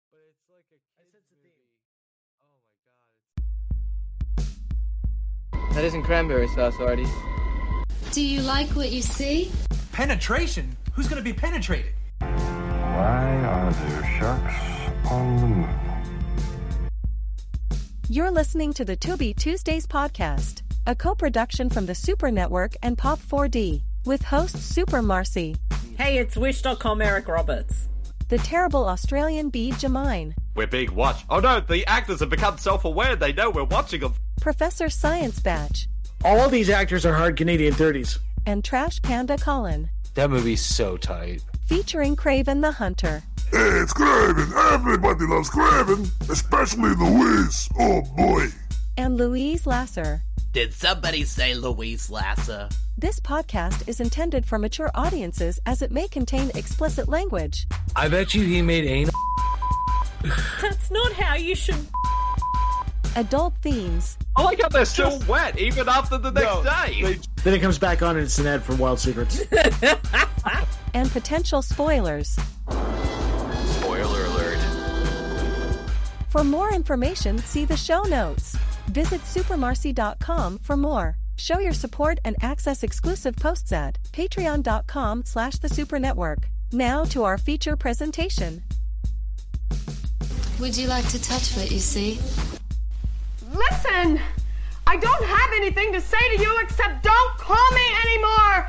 It's like a I sense kids a theme. movie. Oh my god, it's That isn't cranberry sauce, Artie. Do you like what you see? Penetration? Who's gonna be penetrated? Why are there sharks on the moon? You're listening to the To Be Tuesdays podcast, a co production from the Super Network and Pop 4D, with hosts Super Marcy, Hey, it's Wish.com Eric Roberts. the terrible Australian bee Jamine, We're being watched. Oh no, the actors have become self aware. They know we're watching them. Professor Science Batch, All these actors are hard Canadian 30s. and Trash Panda Colin, That movie's so tight. featuring Craven the Hunter. Hey, it's Craven. Everybody loves Craven, especially Louise. Oh boy. and Louise Lasser. Did somebody say Louise Lasser? This podcast is intended for mature audiences as it may contain explicit language. I bet you he made anal. That's not how you should. Adult themes, I like how they're still wet even after the next day. Then it comes back on and it's an ad for Wild Secrets. and potential spoilers. Spoiler alert. For more information, see the show notes. Visit supermarcy.com for more. Show your support and access exclusive posts at patreon.com slash the super network. Now to our feature presentation. Would you like to touch what you see? Listen, I don't have anything to say to you except don't call me anymore.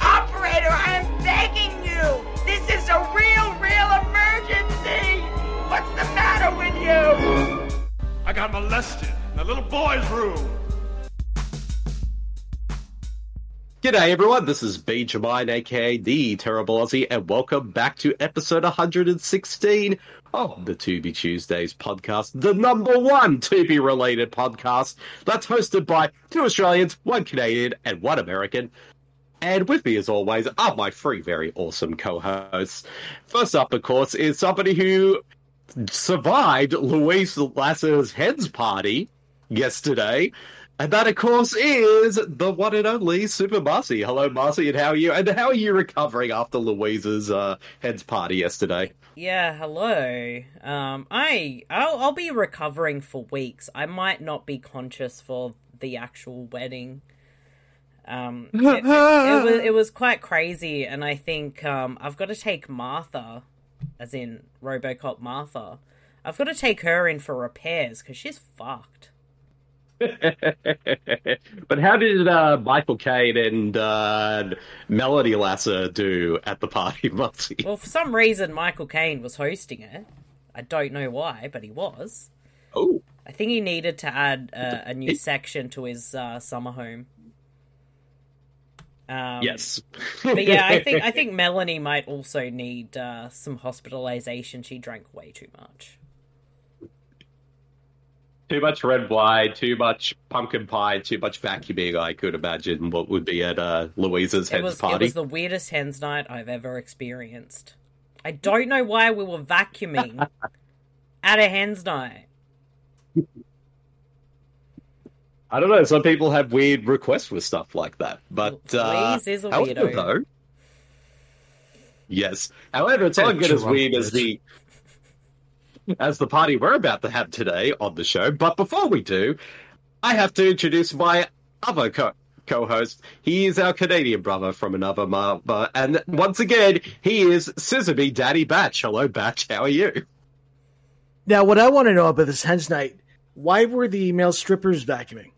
Operator, I am begging you. This is a real, real emergency. What's the matter with you? I got molested in a little boy's room. G'day everyone, this is B. Jermaine aka the Terrible Aussie, and welcome back to episode 116 of the To Be Tuesdays podcast, the number one To Be related podcast that's hosted by two Australians, one Canadian, and one American. And with me, as always, are my three very awesome co hosts. First up, of course, is somebody who survived Luis Lasser's heads party yesterday. And that, of course, is the one and only Super Marcy. Hello, Marcy, and how are you? And how are you recovering after Louise's uh, heads party yesterday? Yeah, hello. Um, I I'll, I'll be recovering for weeks. I might not be conscious for the actual wedding. Um, it, it, it was it was quite crazy, and I think um, I've got to take Martha, as in RoboCop Martha. I've got to take her in for repairs because she's fucked. but how did uh, Michael Caine and uh, Melody Lasser do at the party, Marcy? Well, for some reason, Michael Caine was hosting it. I don't know why, but he was. Oh, I think he needed to add uh, a new section to his uh, summer home. Um, yes. but yeah, I think I think Melanie might also need uh, some hospitalization. She drank way too much. too much red wine, too much pumpkin pie, too much vacuuming. I could imagine what would be at uh, Louisa's it heads was it party. was the weirdest hens night I've ever experienced. I don't know why we were vacuuming at a hens night. I don't know. Some people have weird requests with stuff like that, but uh, Louise is a however, weirdo. though, yes. However, it's not good as weird as the as the party we're about to have today on the show. But before we do, I have to introduce my other co co-host. He is our Canadian brother from another mother, and once again, he is Sesame Daddy Batch. Hello, Batch. How are you? now, what I want to know about this hen's night why were the male strippers vacuuming?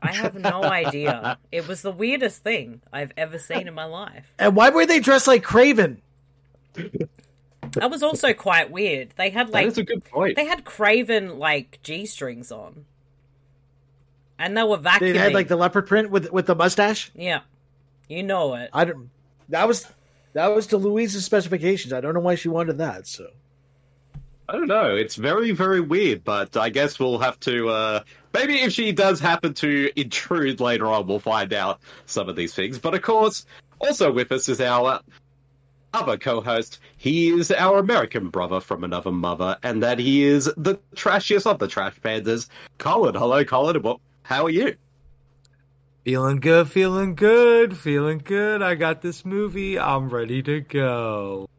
I have no idea. It was the weirdest thing I've ever seen in my life. And why were they dressed like Craven? That was also quite weird. They had That like is a good point. They had Craven like G strings on, and they were vacuuming. They had like the leopard print with with the mustache. yeah, you know it. I don't. That was that was to Louise's specifications. I don't know why she wanted that. So I don't know. It's very, very weird, but I guess we'll have to. Uh, maybe if she does happen to intrude later on, we'll find out some of these things. But of course, also with us is our other co host. He is our American brother from another mother, and that he is the trashiest of the trash pandas, Colin. Hello, Colin. What, how are you? feeling good, feeling good, feeling good. I got this movie. I'm ready to go.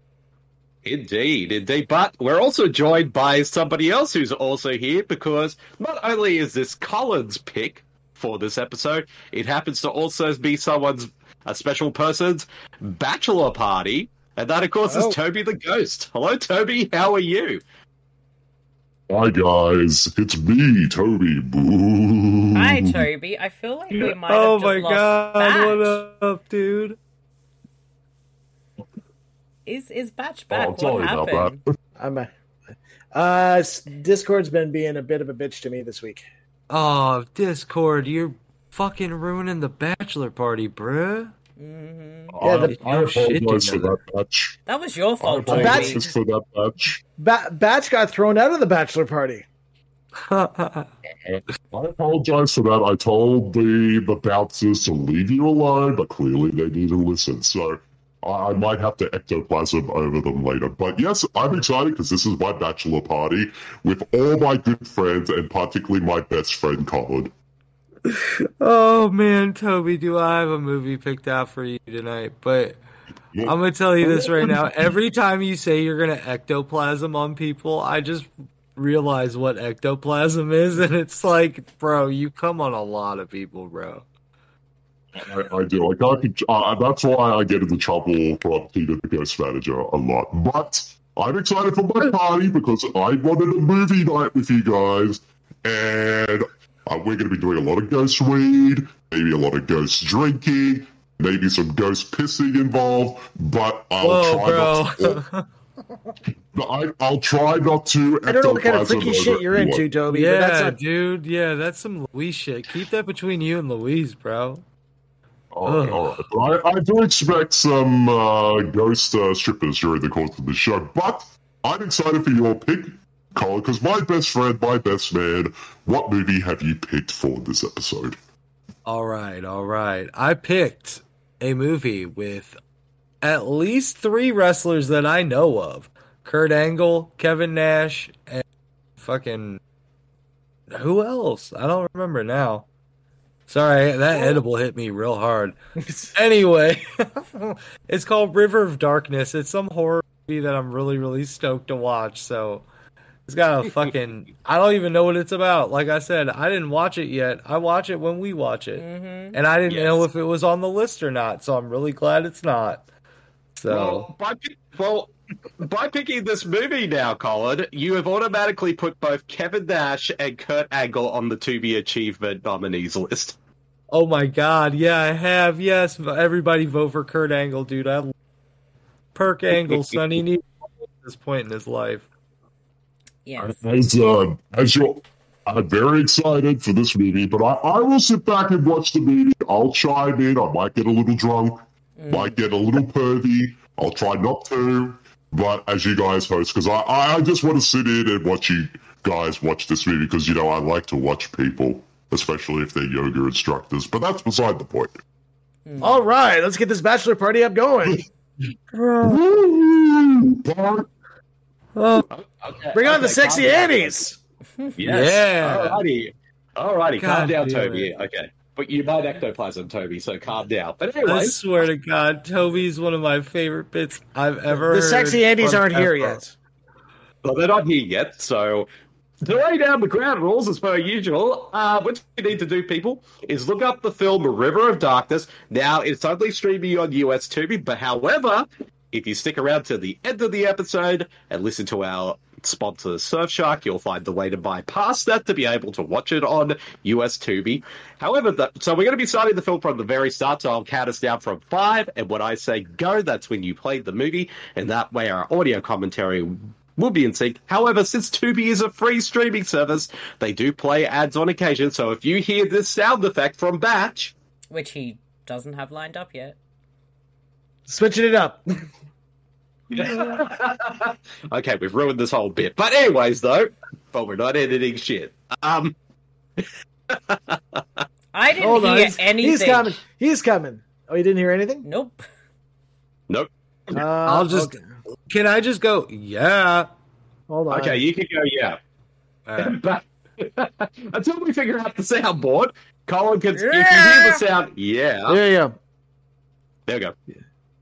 Indeed, indeed. But we're also joined by somebody else who's also here because not only is this Colin's pick for this episode, it happens to also be someone's, a special person's bachelor party. And that, of course, Oh. is Toby the Ghost. Hello, Toby. How are you? Hi guys, it's me, Toby. Boo. Hi, Toby. I feel like we might have Oh just my lost god, Batch. what up, dude? Is is Batch Oh, back? I'm what sorry about happened? that. I'm a, uh, s- Discord's been being a bit of a bitch to me this week. Oh, Discord, you're fucking ruining the bachelor party, bruh. I, the- I No shit, apologize for dude. that batch. That was your I Oh, fault, Toby. apologize for that batch. Ba- Batch got thrown out of the bachelor party. I apologize for that. I told the, the bouncers to leave you alone, but clearly they didn't listen. So I, I might have to ectoplasm over them later. But yes, I'm excited because this is my bachelor party with all my good friends and particularly my best friend Colin. oh man, Toby, do I have a movie picked out for you tonight? But I'm gonna tell you this right now. Every time you say you're gonna ectoplasm on people, I just realize what ectoplasm is, and it's like, bro, you come on a lot of people, bro. I, I do. Like I could, uh, that's why I get into trouble from Peter the Ghost Manager a lot. But I'm excited for my party because I wanted a movie night with you guys, and uh, we're going to be doing a lot of ghost weed, maybe a lot of ghost drinking, maybe some ghost pissing involved. But I'll try Whoa, not. bro. To, I, I'll try not to. I don't know what kind of freaky ectoplasm shit you're over into, anyone. Toby. yeah, but that's not, dude. Yeah, that's some Louise shit. Keep that between you and Louise, bro. All right, Ugh. all right. But I, I do expect some uh, ghost uh, strippers during the course of the show, but I'm excited for your pick, Colin, because my best friend, my best man, what movie have you picked for this episode? All right, all right. I picked a movie with at least three wrestlers that I know of: Kurt Angle, Kevin Nash, and fucking who else? I don't remember now. Sorry, that edible hit me real hard. anyway, it's called River of Darkness. It's some horror movie that I'm really, really stoked to watch. So it's got a fucking. I don't even know what it's about. Like I said, I didn't watch it yet. I watch it when we watch it, and I didn't know if it was on the list or not. So I'm really glad it's not. So Well, by, pick- well, by picking this movie now, Colin, you have automatically put both Kevin Nash and Kurt Angle on the to be achievement nominees list. Oh my god, yeah, I have. Yes, v- everybody vote for Kurt Angle, dude. I love Perk Angle, son. He needs at this point in his life. Yes. As, uh, as you I'm very excited for this movie, but I, I will sit back and watch the movie. I'll chime in. I might get a little drunk, Mm. might get a little pervy. I'll try not to, but as you guys host, because I, I, I just want to sit in and watch you guys watch this movie because, you know, I like to watch people, especially if they're yoga instructors, but that's beside the point. all right, let's get this bachelor party up going. Woo! Part Bring on the sexy Annies. Yes. Yeah. Alrighty. Alrighty. Calm God down, damn Toby. Okay. But you might ectoplasm, Toby, so calm down. But I anyways, swear to God, Toby's one of my favorite bits I've ever. The sexy heard Andies from aren't here ever. yet. well, they're not here yet, so to lay down the ground rules as per usual, uh, what you need to do, people, is look up the film River of Darkness. Now, it's only streaming on US Tubi, but however, if you stick around to the end of the episode and listen to our sponsor Surfshark, you'll find the way to bypass that to be able to watch it on US Tubi. However, the, so we're going to be starting the film from the very start, so I'll count us down from five, and when I say go, that's when you play the movie, and that way our audio commentary will be in sync. However, since Tubi is a free streaming service, they do play ads on occasion, so if you hear this sound effect from Batch, Which he doesn't have lined up yet. Switching it up. okay, we've ruined this whole bit. But anyways, though, but we're not editing shit. Um, I didn't Hold on. hear He's, anything. he's coming. He's coming. Oh, you didn't hear anything? Nope. nope. Uh, I'll just- okay. Can I just go? Yeah. hold on. Okay, you can go. Yeah, All right. but until we figure out the soundboard, Colin can. If you hear the sound, yeah, There you go. there we go.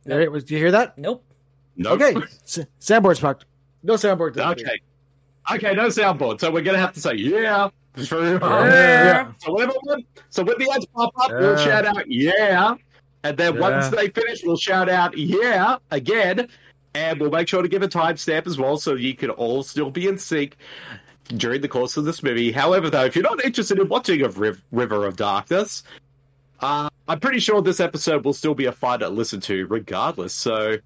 There it was. Do you hear that? Nope. Nope. Okay. S- soundboard's fucked. No soundboard. this week. Okay. Okay, no soundboard. So we're gonna have to say yeah. Yeah. So whenever one, so when the ads pop up, we'll Yeah. shout out yeah, and then Yeah. once they finish, we'll shout out yeah again, and we'll make sure to give a timestamp as well, so you can all still be in sync during the course of this movie. However, though, if you're not interested in watching of Riv- River of Darkness, uh, I'm pretty sure this episode will still be a fun to listen to, regardless. So,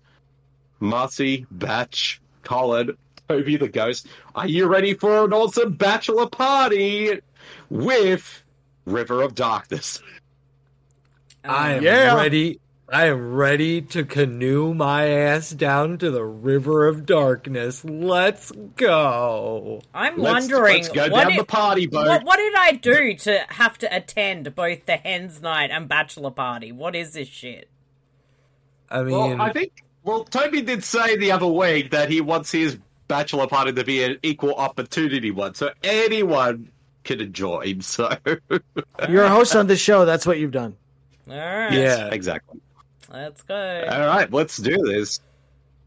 Marcy, Batch, Colin, Toby the Ghost, are you ready for an awesome bachelor party with River of Darkness? Um, I am Yeah. ready. I am ready to canoe my ass down to the river of darkness. Let's go. I'm Let's- wondering let's go what down did, the party boat. What, what did I do to have to attend both the hens night and bachelor party? What is this shit? I mean, Well, I think well, Toby did say the other week that he wants his bachelor party to be an equal opportunity one, so anyone can enjoy. So You're a host on this show. That's what you've done. All right, yeah. exactly. let's go. All right, let's do this.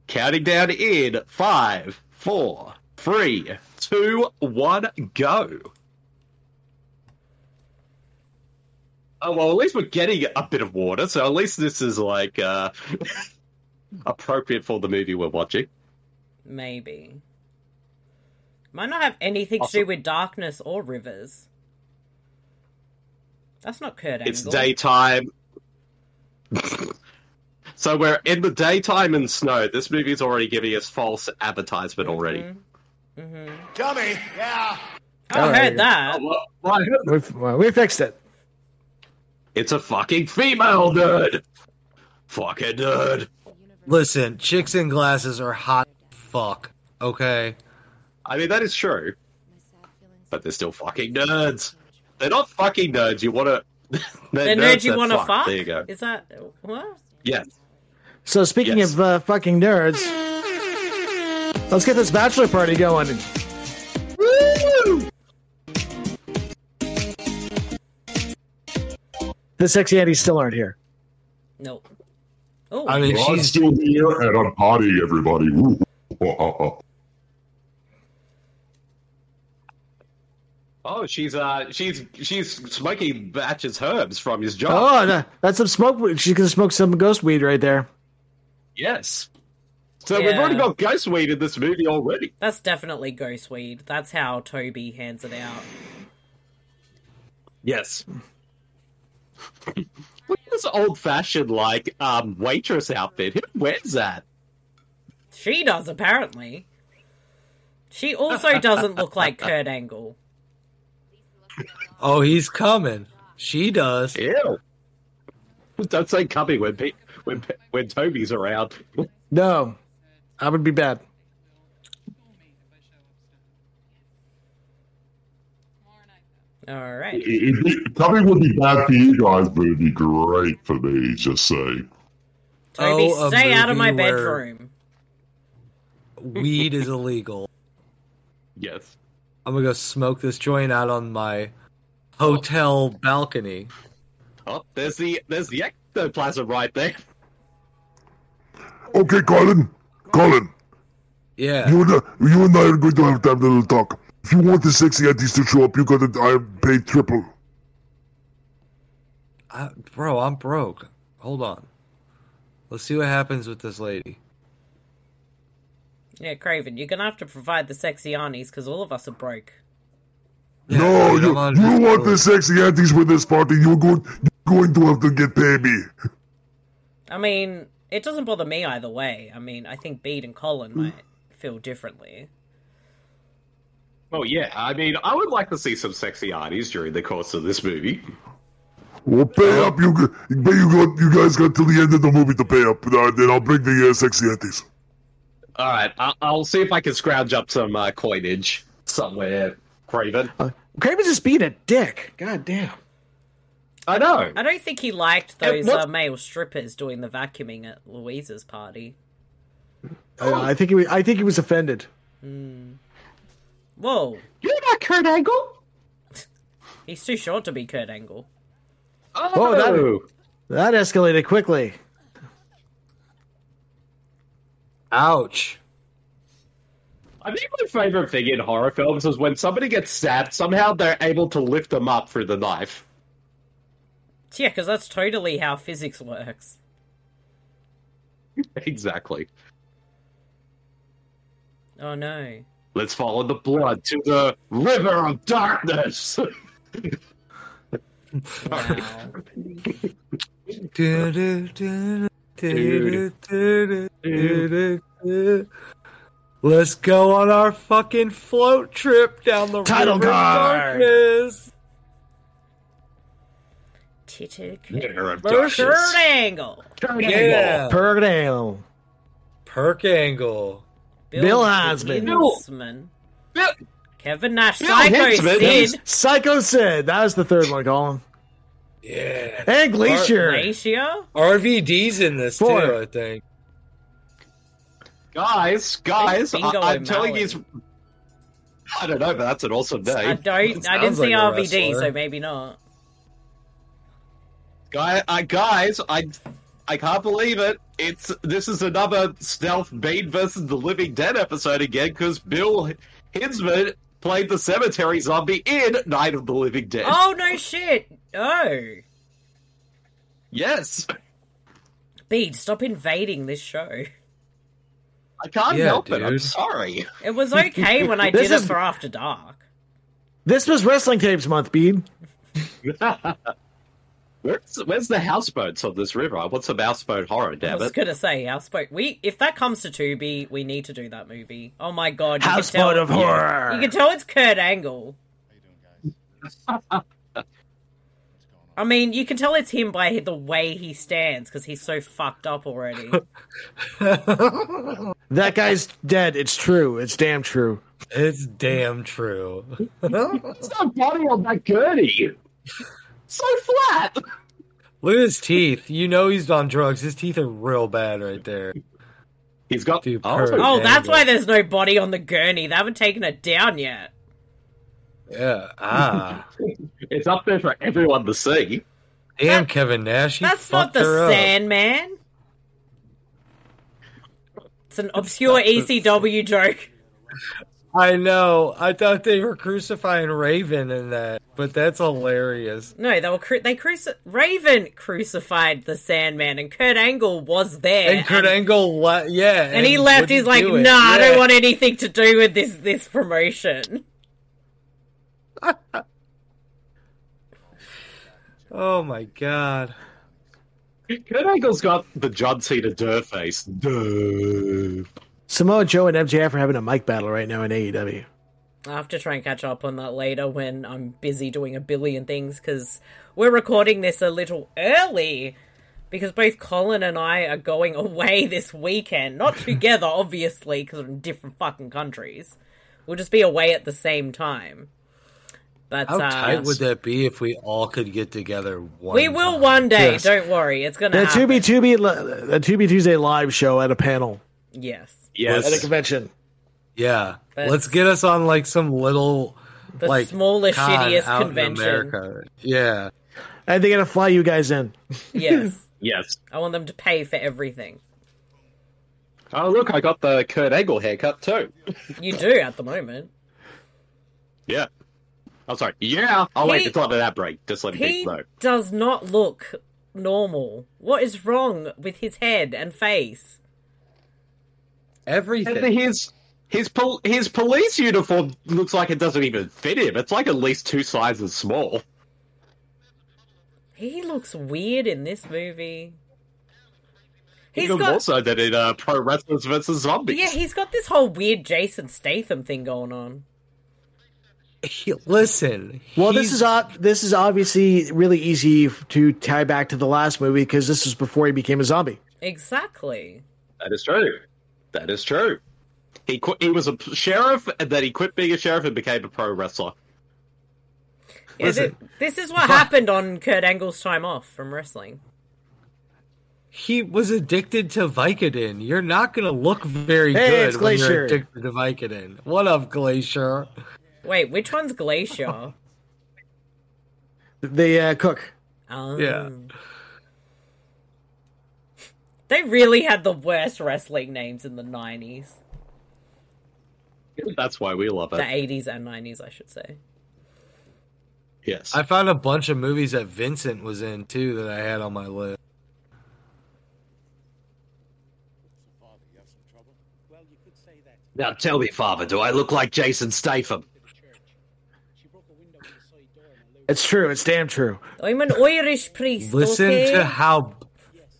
Counting down in five, four, three, two, one, go. Oh well, at least we're getting a bit of water, so at least this is like uh, appropriate for the movie we're watching. Maybe might not have anything to do Awesome. with darkness or rivers. That's not Kurt Angle. It's daytime. so we're in the daytime in snow. This movie's already giving us false advertisement already. Mm-hmm. Dummy. Yeah. Oh, I Alright. heard that. Well, well, We've, well, we fixed it. It's a fucking female nerd. Fucking nerd. listen, chicks in glasses are hot. as Fuck. Okay. I mean, that is true, but they're still fucking nerds. They're not fucking nerds. You want to? The nerd you want want to fuck? There you go. Is that what? Yes. So speaking Yes. of uh, fucking nerds, let's get this bachelor party going. Woo! The sexy Andy still aren't here. No. Oh, I mean, I'm she's still here and I'm partying everybody. Uh, Woo. Oh, she's uh, she's she's smoking batches herbs from his job. Oh, no, that's some smoke. weed. She can smoke some ghost weed right there. Yes. So we've Yeah. already got ghost weed in this movie already. that's definitely ghost weed. That's how Toby hands it out. Yes. Look at this old fashioned like um waitress outfit. Who wears that? She does, apparently. She also doesn't look like Kurt Angle. oh, he's coming. She does. Ew. Don't say cubby when pe- when pe- when Toby's around. No, I would be bad. All right. It'd be- Coming would be bad for you guys, but it'd be great for me. Just saying. Toby, Oh, a stay out of my movie where- bedroom. Weed is illegal. Yes. I'm gonna go smoke this joint out on my hotel balcony. Oh, there's the there's the ectoplasm right there. Okay, Colin. Colin, Yeah. you and, I, you and I are going to have to have a little talk. If you want the sexy aunties to show up, you got to I pay triple. I, bro, I'm broke. Hold on. Let's see what happens with this lady. Yeah, Craven, you're gonna have to provide the sexy Arnie's because all of us are broke. Yeah, no, dude, you, I'm on you this want road. the sexy aunties with this party. You're going, you're going to have to get paid me. I mean, it doesn't bother me either way. I mean, I think Bede and Hmm. Colin might feel differently. Well, yeah. I mean, I would like to see some sexy arties during the course of this movie. Well, pay Oh. up. You, g- but you got, you guys got till the end of the movie to pay up. Uh, then I'll bring the uh, sexy aunties. All right, I- I'll see if I can scrounge up some uh, coinage somewhere, Craven. Uh, Craven's just being a dick. God damn. I know. I don't think he liked Uh, those what- uh, male strippers doing the vacuuming at Louise's party. Oh. I, I think he. Was, I think he was offended. Hmm. Whoa, You're not Kurt Angle. he's too short to be Kurt Angle. Oh, that- That escalated quickly. Ouch. I think my favorite thing in horror films is when somebody gets stabbed, somehow they're able to lift them up through the knife. Yeah, because that's totally how physics works. exactly. Oh no. Let's follow the blood to the river of darkness. Sorry. Let's go on our fucking float trip down the Title river of card. darkness. River of Shirt darkness. angle. Yeah. Per down. Perk angle. Bill Hosman. Hosman. Bill- Kevin Nash. Bill Psycho Hosman. Sid. Psycho Sid. That was the third one, Colin. Yeah. And Glacier. Ratio? RVD's in this Four. too, I think. Guys, guys, I- Bingo I'm telling O'Malley. you. it's- I don't know, but that's an awesome I name. don't. I didn't Sounds see like a RVD, wrestler. so maybe not. Guy, I, guys, I, I can't believe it. It's this is another stealth Bane versus the Living Dead episode again because Bill Hinsman played the cemetery zombie in Night of the Living Dead. Oh no! Shit. Oh, Yes, Bede, stop invading this show. I can't Yeah, help it. I'm dude. sorry. It was okay when I did This it is- for After Dark. This was Wrestling Tapes Month, Bede. Where's where's the houseboats on this river? What's a houseboat horror? I Damn was it! gonna say houseboat. We if that comes to Tubi, we need to do that movie. Oh my god! You can Houseboat tell, of Horror. You can tell it's Kurt Angle. I mean, you can tell it's him by the way he stands because he's so fucked up already. That guy's dead. It's true. It's damn true. It's damn true. What's that body on that gurney? so flat. Look at his teeth. You know he's on drugs. His teeth are real bad right there. He's got. Dude, oh, perfect. oh, that's Angle. why there's no body on the gurney. They haven't taken it down yet. Yeah. Ah. it's up there for everyone to see. Damn, Kevin Nash. you That's not fucked her the up. Sandman. It's an obscure ECW joke. I know. I thought they were crucifying Raven in that, but that's hilarious. No, they were cru- they cruci- Raven crucified the Sandman, and Kurt Angle was there. And Kurt Angle, le- yeah, and he left. He's wouldn't like, do "Nah, it. I don't Yeah. want anything to do with this this promotion." Oh my god. Kurt Angle's got the John Cena Durr face. Durr. Samoa Joe and MJF are having a E mic battle right now in AEW. I'll have to try and catch up on that later when I'm busy doing a billion things because we're recording this a little early because both Colin and I are going away this weekend. Not together, obviously, because we're in different fucking countries. We'll just be away at the same time. But How uh, tight would that be if we all could get together one we will time? one day. Yes. Don't worry, it's gonna The happen. 2B 2B, li- the 2B Tuesday live show at a panel yes, at a Yes. convention. Yeah. But- Let's get us on like some little the like smallest, con out shittiest in convention. America. Yeah. And they're going to fly you guys in. yes, Yes. I want them to pay for everything. Oh, look, I got the Kurt Angle haircut too. You do at the moment. Yeah. I'm sorry. Yeah. I'll wait He- until after that break. Just let me He know. does not look normal. What is wrong with his head and face? Everything. And his his pol- his police uniform looks like it doesn't even fit him. It's like at least two sizes small. He looks weird in this movie. He's even more got so than in uh, Pro Wrestlers versus Zombies. yeah, he's got this whole weird Jason Statham thing going on. He- listen. Well, this he's- is ob- this is obviously really easy f- to tie back to the last movie because this was before he became a zombie. Exactly. That is true. That is true. He qu- he was a p- sheriff, and then he quit being a sheriff and became a pro wrestler. Yeah, thi- Listen. this is what happened on Kurt Angle's time off from wrestling. he was addicted to Vicodin. You're not going to look very Hey, good it's when Glacier. you're addicted to Vicodin. What up, Glacier? Wait, which one's Glacier? The uh, cook. Um, Yeah. They really had the worst wrestling names in the 90s. That's why we love The it. 80s and 90s, I should say. Yes. I found a bunch of movies that Vincent was in too that I had on my list. Now tell me, Father, do I look like Jason Statham? It's true. It's damn true. I'm an Irish priest. Listen okay? to how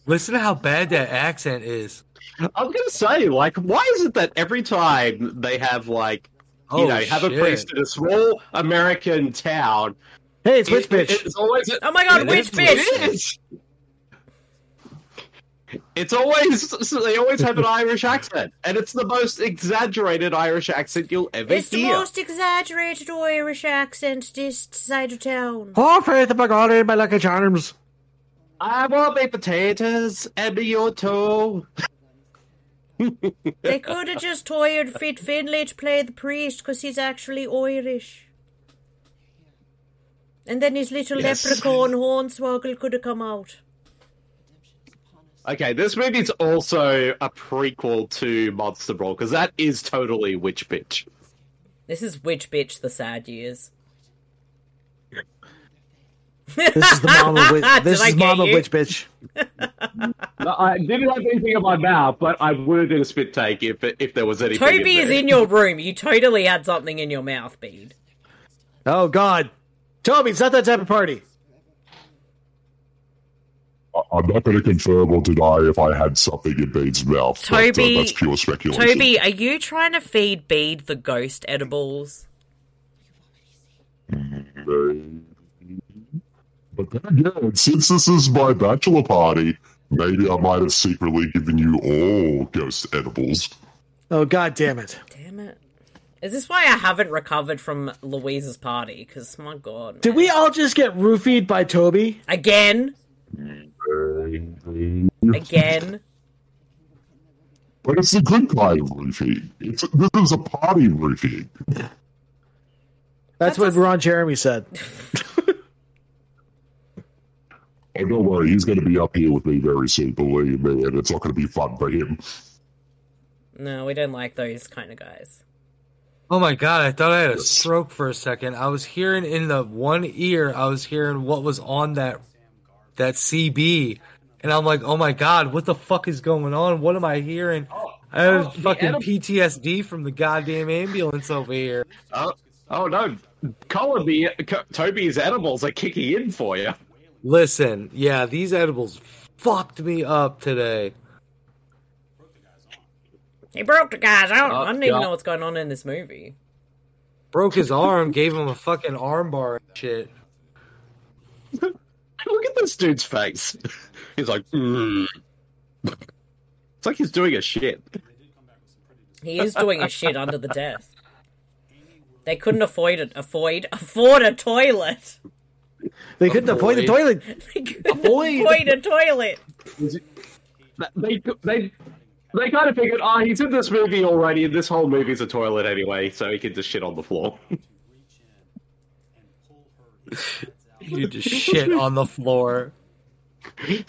listen to how bad that accent is. I'm gonna say, like, why is it that every time they have like you Oh, know, have a shit. priest in a small American town. Hey, it's Witch it- it- Bitch. It's always a- Oh my god, it witch is- It bitch! is. It's always so they always have an Irish accent, and it's the most exaggerated Irish accent you'll ever It's the hear. most exaggerated Irish accent this side of town. Oh, faith of my God in my lucky charms. I want my potatoes and me your toe. They could have just hired Fit Finlay to play the priest because he's actually Irish. And then his little Yes. leprechaun hornswoggle could have come out. Okay, this movie's also a prequel to Monster Brawl because that is totally witch bitch. This is Witch Bitch the Sad Years. This is the mom of witch. Did This I is get mom of you? witch bitch. No, I didn't have anything in my mouth, but I would have done a spit take if if there was anything. Toby is there. in your room. You totally had something in your mouth, Bede. Oh God, Toby, it's not that type of party. I- I'm not going to confirm or deny if I had something in Bane's mouth. but, uh, Toby- that's pure speculation. Toby, are you trying to feed Bede the ghost edibles? But then again, since this is my bachelor party, maybe I might have secretly given you all ghost edibles. Oh God, damn it. Damn it. Is this why I haven't recovered from Louise's party? Because, my God. Did we all just get roofied by Toby? Again? Again? But it's a good kind of roofie. It's this is a party roofie. That's, what Ron Jeremy said. Oh, don't worry, he's going to be up here with me very soon, believe me, and it's not going to be fun for him. No, we don't like those kind of guys. Oh my god, I thought I had a stroke for a second. I was hearing in the one ear, I was hearing what was on that that CB, and I'm like, oh my god, what the fuck is going on? What am I hearing? Oh, I have fucking PTSD from the goddamn ambulance over here. Oh, oh no, Colin, the Co- Toby's edibles are kicking in for you. Listen, yeah, these edibles fucked me up today. He broke the guys out. Oh, I don't even God. know what's going on in this movie. Broke his arm, gave him a fucking armbar and shit. Look at this dude's face. He's like, mm. it's like he's doing a shit. He is doing his shit under the desk. They couldn't afford it. Afford afford a toilet. They couldn't avoid the Avoid. toilet. They couldn't afford a toilet. They they they kind of figured, ah, he's in this movie already, and this whole movie's a toilet anyway, so he can just shit on the floor. You just shit on the floor.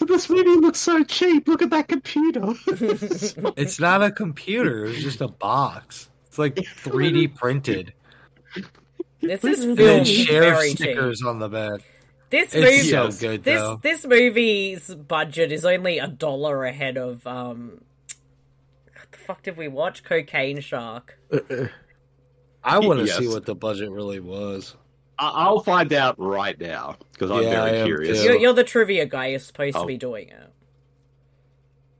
this movie looks so cheap. Look at that computer. It's not a computer, it was just a box. It's like 3D printed. This is And then filmed share very cheap. stickers on the back. This movie, It's so good this though. this movie's budget is only a dollar ahead of um. What the fuck did we watch? Cocaine Shark. I want to Yes. see what the budget really was. I- I'll find out right now because I'm Yeah, I very am curious. too. You're, you're the trivia guy. You're supposed Oh. to be doing it.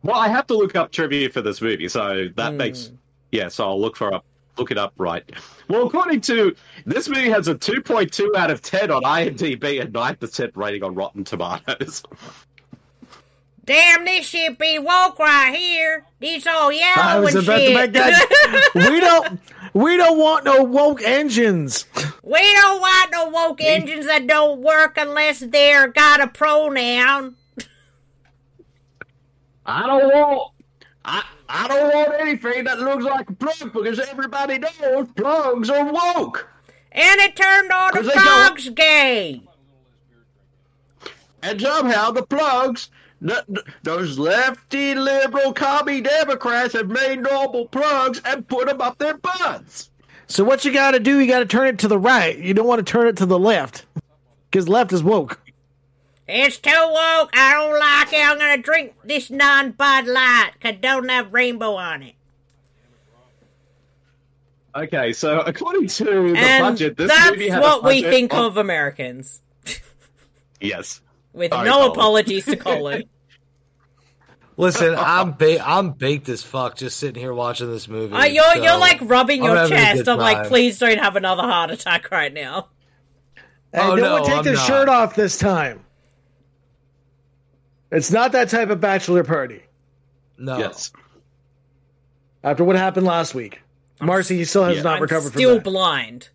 Well, I have to look up trivia for this movie, so that Hmm. makes yeah. So I'll look for up, look it up right. Well, according to this movie, has a two point two out of ten on IMDb and nine percent rating on Rotten Tomatoes. Damn, this shit be woke right here. These all yellow and shit. that. we don't. We don't want no woke engines. We don't want no woke engines that don't work unless they're got a pronoun. I don't want. I, I don't want anything that looks like a plug because everybody knows plugs are woke. And it turned all the Cause they don't- frogs gay. And somehow the plugs th- th- those lefty liberal commie Democrats have made normal plugs and put them up their butts. So what you got to do? You got to turn it to the right. You don't want to turn it to the left, because left is woke. It's too woke. I don't like it. I'm gonna drink this non Bud Light because don't have rainbow on it. Okay, so according to the and budget, this that's movie had a what we budget think of Americans, Yes. with Sorry, no Colin. apologies to Colin. Listen, I'm ba- I'm baked as fuck just sitting here watching this movie. Uh, you're so you're like rubbing um, I'm your having a chest. good I'm like, time. please don't have another heart attack right now. Hey, no, Oh, no, one take I'm their not. shirt off this time. It's not that type of bachelor party. No. Yes. After what happened last week, Marcy still has yeah. not I'm recovered from still that. blind.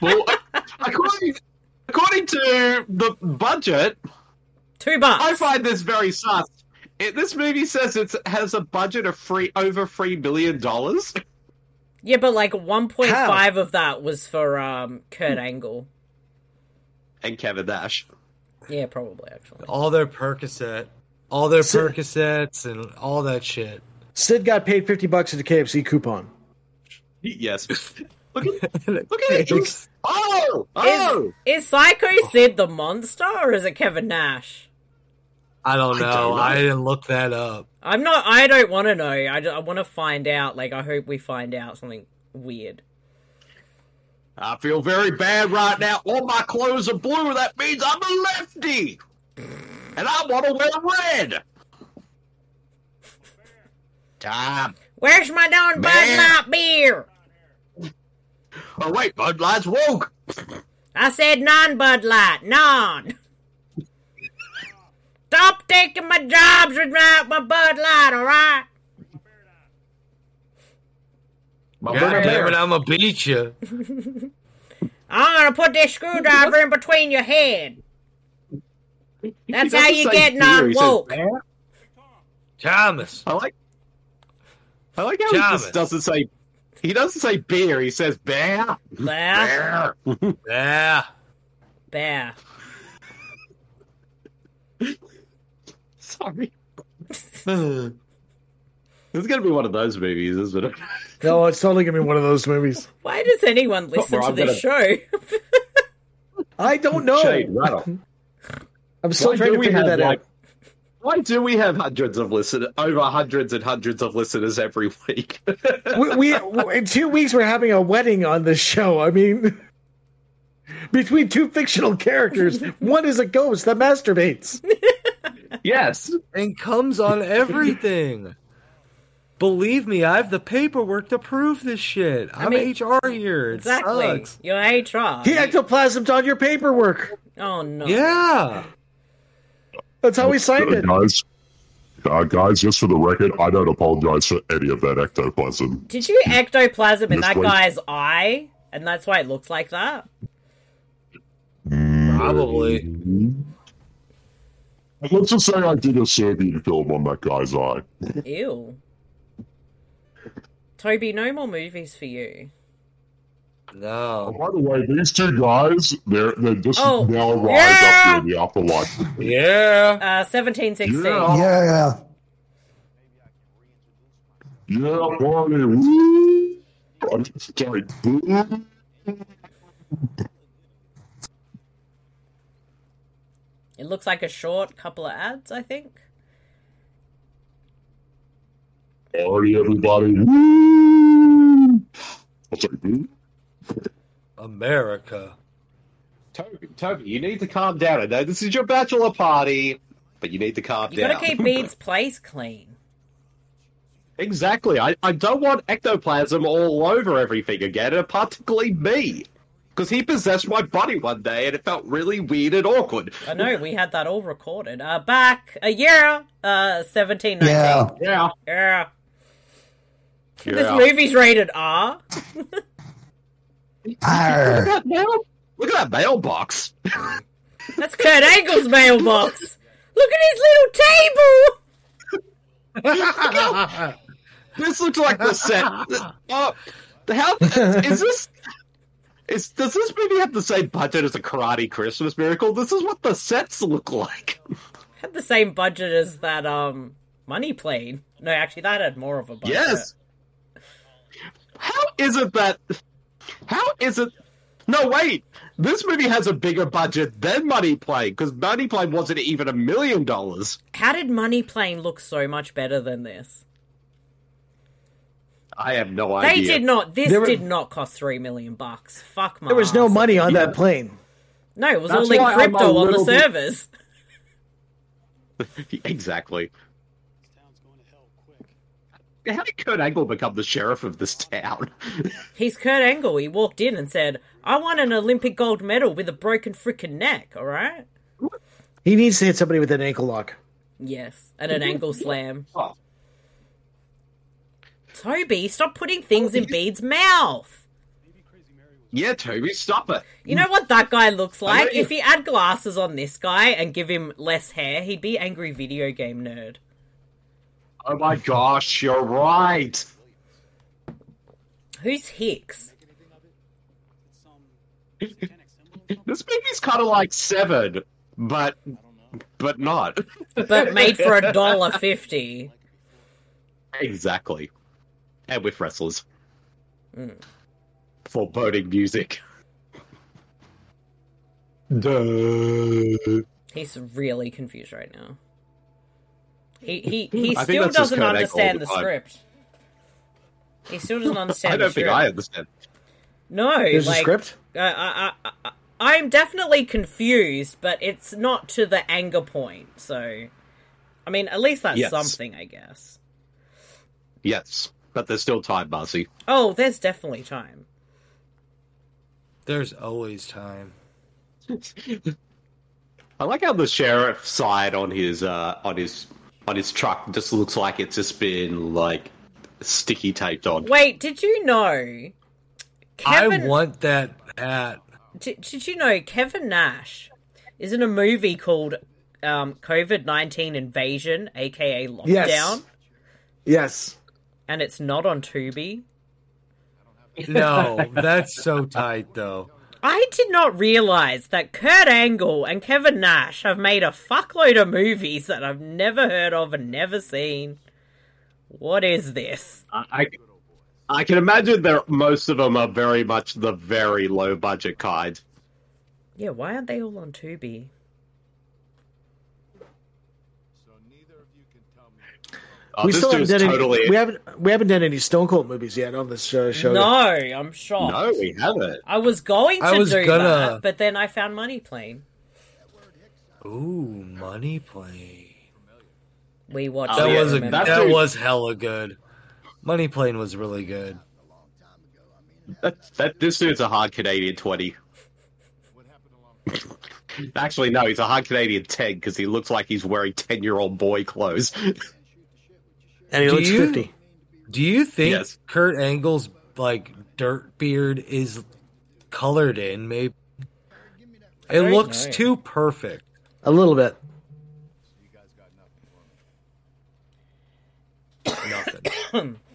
Well, according, according to the budget, Two I bucks. find this very sus. It, this movie says it has a budget of free over three billion dollars. Yeah, but like 1.5 of that was for um Kurt Angle. And Kevin Nash. Yeah, probably actually. all their Percocet, all their So- Percocets, and all that shit. Sid got paid fifty bucks at the KFC coupon. Yes. Look at look at it. Oh, oh. Is Psycho Sid the monster or is it Kevin Nash? I don't know. I, don't know. didn't look that up. I'm not. I don't want to know. I, want to find out. Like, I hope we find out something weird. I feel very bad right now. All my clothes are blue. That means I'm a lefty, and I want to wear red. Time. Where's my darn Bud Man. Light beer? Oh wait, Bud Light's woke. I said non Bud Light, non. Stop taking my jobs without my Bud Light, all right? My God winner damn bear. it, I'm gonna beat you. I'm gonna put this screwdriver in between your head. That's He how doesn't you say get beer, he non says woke. bear. Thomas. I like. I like how he Jarvis. just doesn't say. He doesn't say beer. He says bear. Bear, Bear. Yeah. bear. Sorry. it's gonna be one of those movies, isn't it? No, it's totally gonna be one of those movies. Why does anyone listen Well, to I'm this show? I don't know. Shade, right off. I'm still trying to figure that out. Why do we have hundreds of listeners, over hundreds and hundreds of listeners every week? we, we in two weeks we're having a wedding on this show. I mean, between two fictional characters, one is a ghost that masturbates. yes. And comes on everything. Believe me, I have the paperwork to prove this shit. I'm mean, HR here. It exactly. sucks. Your HR. He ectoplasmed on your paperwork. Oh no. Yeah. That's how we signed Uh, it. guys, uh, guys, just for the record, I don't apologize for any of that ectoplasm. Did you ectoplasm in This that one- guy's eye, and that's why it looks like that? Probably. Let's just say I did a Serbian film on that guy's eye. Ew. Toby, no more movies for you. No. By the way, these two guys, they're they're just Oh, now arrived yeah! up here in the afterlife. Yeah. Uh, seventeen sixteen. Yeah. Yeah, yeah, party. woo! I'm just like, boo. It looks like a short couple of ads, I think. party, everybody. woo! I'll say, boo. America. Toby, Toby, you need to calm down. I know this is your bachelor party, but you need to calm You down. gotta keep Bede's place clean. Exactly. I, I don't want ectoplasm all over everything again, and particularly me. Because he possessed my body one day, and it felt really weird and awkward. I know we had that all recorded. Uh, back a year. Uh, seventeen yeah, nineteen. yeah. Yeah. Yeah. This Yeah. movie's rated R. Look at Arr. that mail. Look at that mailbox. That's Kurt Angle's mailbox. Look at his little table. This looks like the set. Uh, how is this? Is does this movie have the same budget as a Karate Christmas Miracle? This is what the sets look like. Had the same budget as that um money plane. No, actually, that had more of a budget. Yes. How is it that? How is it? No, wait. This movie has a bigger budget than Money Plane because Money Plane wasn't even a million dollars. How did Money Plane look so much better than this? I have no they idea. did not. This There were- did not cost three million bucks. Fuck my. There was no ass. money on that plane. No, it was That's all in why I'm a crypto on the little bit- servers. exactly. How did Kurt Angle become the sheriff of this town? He's Kurt Angle. He walked in and said, "I want an Olympic gold medal with a broken freaking neck." All right. He needs to hit somebody with an ankle lock. Yes, and an angle slam. Oh. Toby, stop putting things Oh, in Bede's mouth. yeah, Toby, stop it. You know what that guy looks I know like? you- If you add glasses on this guy and give him less hair, he'd be angry video game nerd. Oh my gosh, you're right. Who's Hicks? This movie's kind of like Seven, but but not But made for a dollar fifty. exactly. And with wrestlers, Mm. foreboding music. Duh. He's really confused right now. He he he still I think that's just doesn't Kurt Angle all understand the the time. script. He still doesn't understand. I don't the think script. I understand. No, There's a like, uh, script? I, I, I, I- I'm definitely confused, but it's not to the anger point. So, I mean, at least that's Yes. something, I guess. Yes, but there's still time, Marcy. Oh, there's definitely time. There's always time. I like how the sheriff side on his uh, on his on his truck just looks like it's just been like sticky taped on. Wait, did you know? Kevin, I want that hat. did, did you know Kevin Nash is in a movie called um, COVID nineteen Invasion, aka Lockdown, Yes. Yes. and it's not on Tubi. No, that's so tight though. I did not realize that Kurt Angle and Kevin Nash have made a fuckload of movies that I've never heard of and never seen. What is this? I I can imagine that most of them are very much the very low budget kind. Yeah, why aren't they all on Tubi? Oh, this dude's done totally. any, we haven't we haven't done any Stone Cold movies yet on this uh, show. No, I'm shocked. no, we haven't. I was going to I was do gonna- that, but then I found Money Plane. Ooh, money plane. We watched Oh, That yeah, was a, remember. that, That's- was hella good. Money plane was really good. That, that this dude's a hard Canadian twenty. Actually, no, he's a hard Canadian ten because he looks like he's wearing ten-year-old boy clothes. and he Do looks you? fifty. Do you think Yes. Kurt Angle's like dirt beard is colored in? Maybe it don't looks know. too perfect. A little bit. Nothing.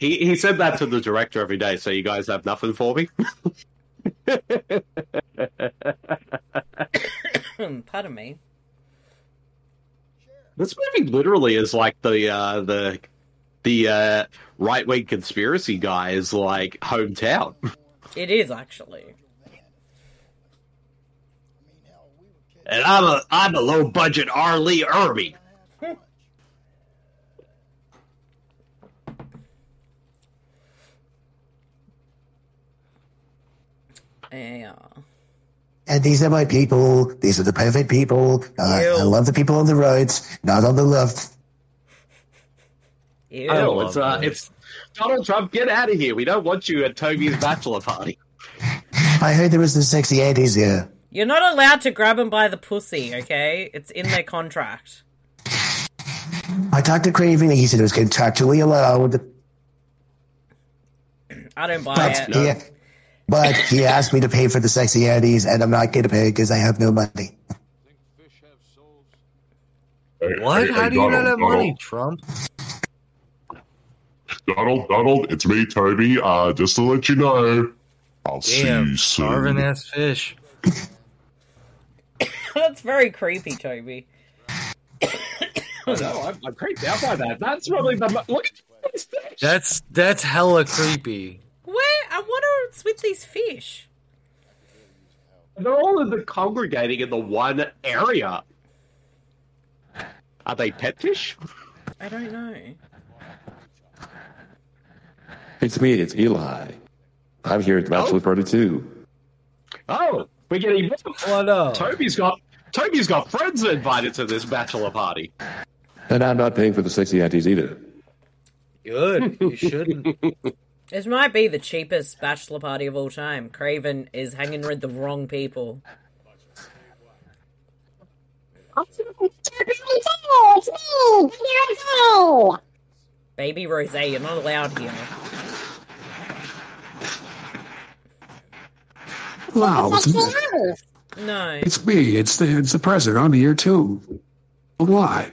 He he said that to the director every day. So you guys have nothing for me. Pardon me. This movie literally is like the uh, the the uh, right wing conspiracy guy is like hometown. It is actually. and I'm a I'm a low budget R. Lee Irby. Yeah. And these are my people. These are the perfect people. Uh, Ew. I love the people on the right, not on the left. Ew. I No, love it's uh, that. it's Donald Trump. Get out of here. We don't want you at Toby's bachelor party. I heard there was the sexy 80s here. You're not allowed to grab him by the pussy, okay? It's in their contract. I talked to Craven. He said it was contractually allowed, I don't buy but it. Oh, he, but he asked me to pay for the sexy 80s, and I'm not going to pay because I have no money. What? Hey, How hey, do you not Donald, have Donald, money, Trump? Donald, Donald, it's me, Toby. Uh, just to let you know, I'll see Damn, you soon. starving ass fish. That's very creepy, Toby. I know, I'm, I'm creeped out by that. That's probably the mo- look at this thing. That's that's hella creepy. Where? I wonder what's with these fish. They're all in the congregating in the one area. Are they pet fish? I don't know. It's me, it's Eli. I'm here at Mount oh. Party 2. Oh, we're getting what up? Toby's got Toby's got friends invited to this bachelor party. And I'm not paying for the sexy aunties either. Good. You shouldn't. This might be the cheapest bachelor party of all time. Craven is hanging with the wrong people. Baby Rose, you're not allowed here. Oh, Wow. No. It's me. It's the it's the president. I'm here too. Why?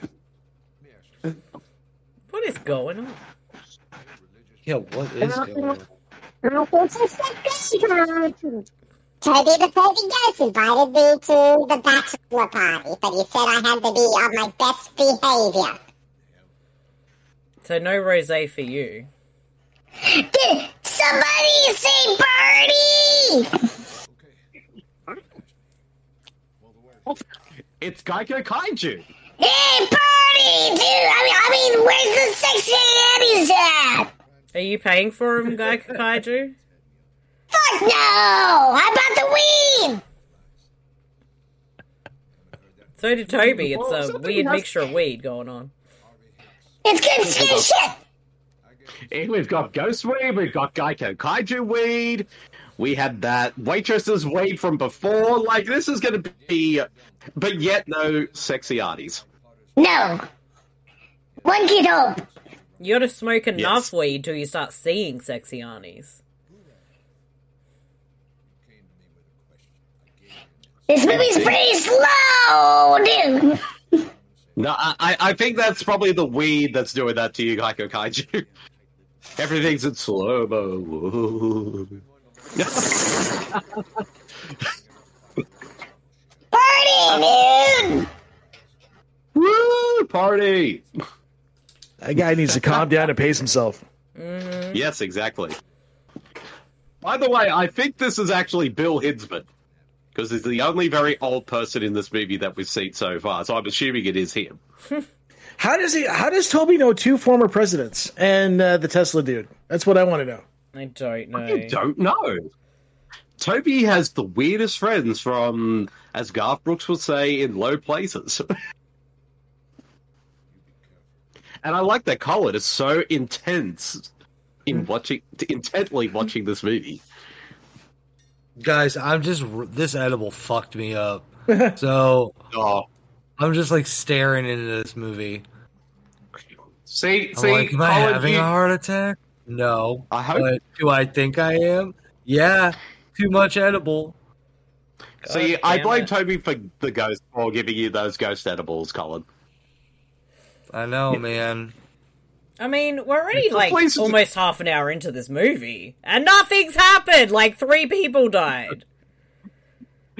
What is going on? Yeah, what is going on? Toby the Crazy Ghost invited me to the bachelor party, but he said I had to be on my best behavior. So no rose for you. Did somebody say Birdie? It's Geico Kaiju. Hey, Birdie, dude! I mean, I mean where's the sexy Annie's at? Are you paying for him, Guy Kaiju? Fuck no! How about the weed? So did Toby. It's a weird mixture of weed going on. It's good skin shit! Eh, We've got ghost weed. We've got Geico Kaiju weed. We had that waitress's weed from before. Like this is going to be, but yet no sexy arties. No. One kid hope. You gotta smoke enough weed till you start seeing sexy aunties. This movie's pretty slow, dude! No, I, I I think that's probably the weed that's doing that to you, Geico Kaiju. Everything's in slow mo. Party, dude! Woo! Party! That guy needs to calm down and pace himself. Yes, exactly. By the way, I think this is actually Bill Hinsman because he's the only very old person in this movie that we've seen so far. So I'm assuming it is him. How does he? How does Toby know two former presidents and uh, the Tesla dude? That's what I want to know. I don't know. I don't know. Toby has the weirdest friends from, as Garth Brooks would say, in low places. and I like that Colin is so intense in watching, intently watching this movie. Guys, I'm just this edible fucked me up. So I'm just like staring into this movie. See, I'm like, am I Colin, having you- a heart attack? No. I hope- But do I think I am? Yeah. Too much edible. See, God I damn blame it. Toby for the ghost for giving you those ghost edibles, Colin. I know, man. I mean, we're already The like place is- almost half an hour into this movie, and nothing's happened. Like three people died.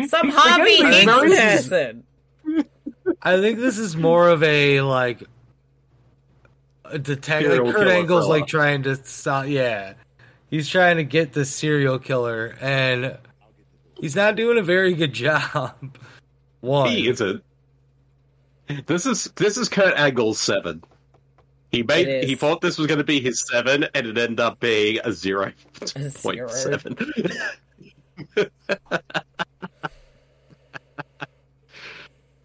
Some Harvey I Hicks know this is- person. I think this is more of a like a detective. Serial Like Kurt killer Angle's thriller. like trying to stop. Yeah, he's trying to get the serial killer, and he's not doing a very good job. One, He isn't. This is this is Kurt Angle's seven. He It made is. he thought this was going to be his seven, and it ended up being a zero point seven.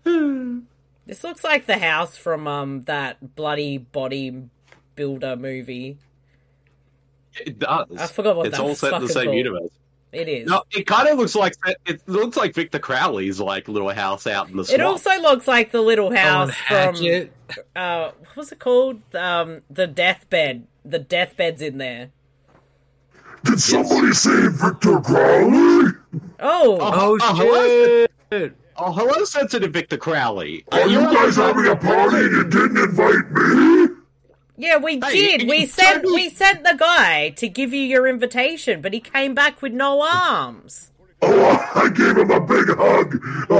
This looks like the house from um that bloody body builder movie. It does. I forgot what it's that all set in fucking the same called. universe. It is. No, it kind of looks like it looks like Victor Crowley's like little house out in the swamp. It also looks like the little house from Hatchet. uh, what was it called? Um, the deathbed. The deathbed's in there. Did somebody say Victor Crowley? Oh, Oh, oh, hello, oh, hello, sensitive Victor Crowley. Are you guys having a party and you didn't invite me? Yeah, we Hey, did. you- We you sent totally- we sent the guy to give you your invitation, but he came back with no arms. Oh, I gave him a big hug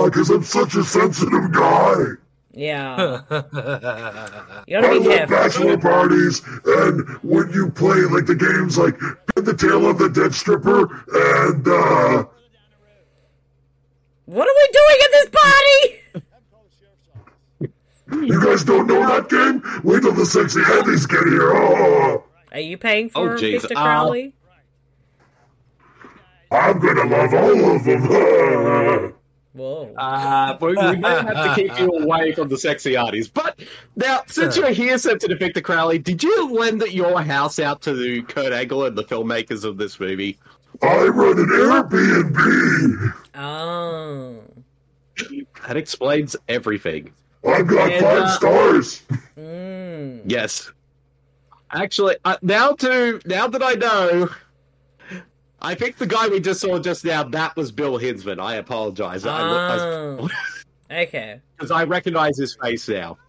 because I'm such a sensitive guy. Yeah. you gotta I be love careful. bachelor parties, and when you play like the games like the tail of the dead stripper and uh, What are we doing at this party? You guys don't know that game? Wait till the sexy Andy's get here. Oh, Are you paying for Oh, him, jeez. Victor Ah. Crowley? I'm gonna love all of them. Whoa. Uh, we, we may have to keep you away from the sexy arties. But now, since you're here, Senator Victor Crowley, did you lend your house out to Kurt Angle and the filmmakers of this movie? I run an Airbnb. Oh. That explains everything. I've got And, five uh, stars. Yes. Actually, uh, now to now that I know, I think the guy we just saw just now that was Bill Hinsman. I apologize. I Oh. Okay. because I recognize his face now.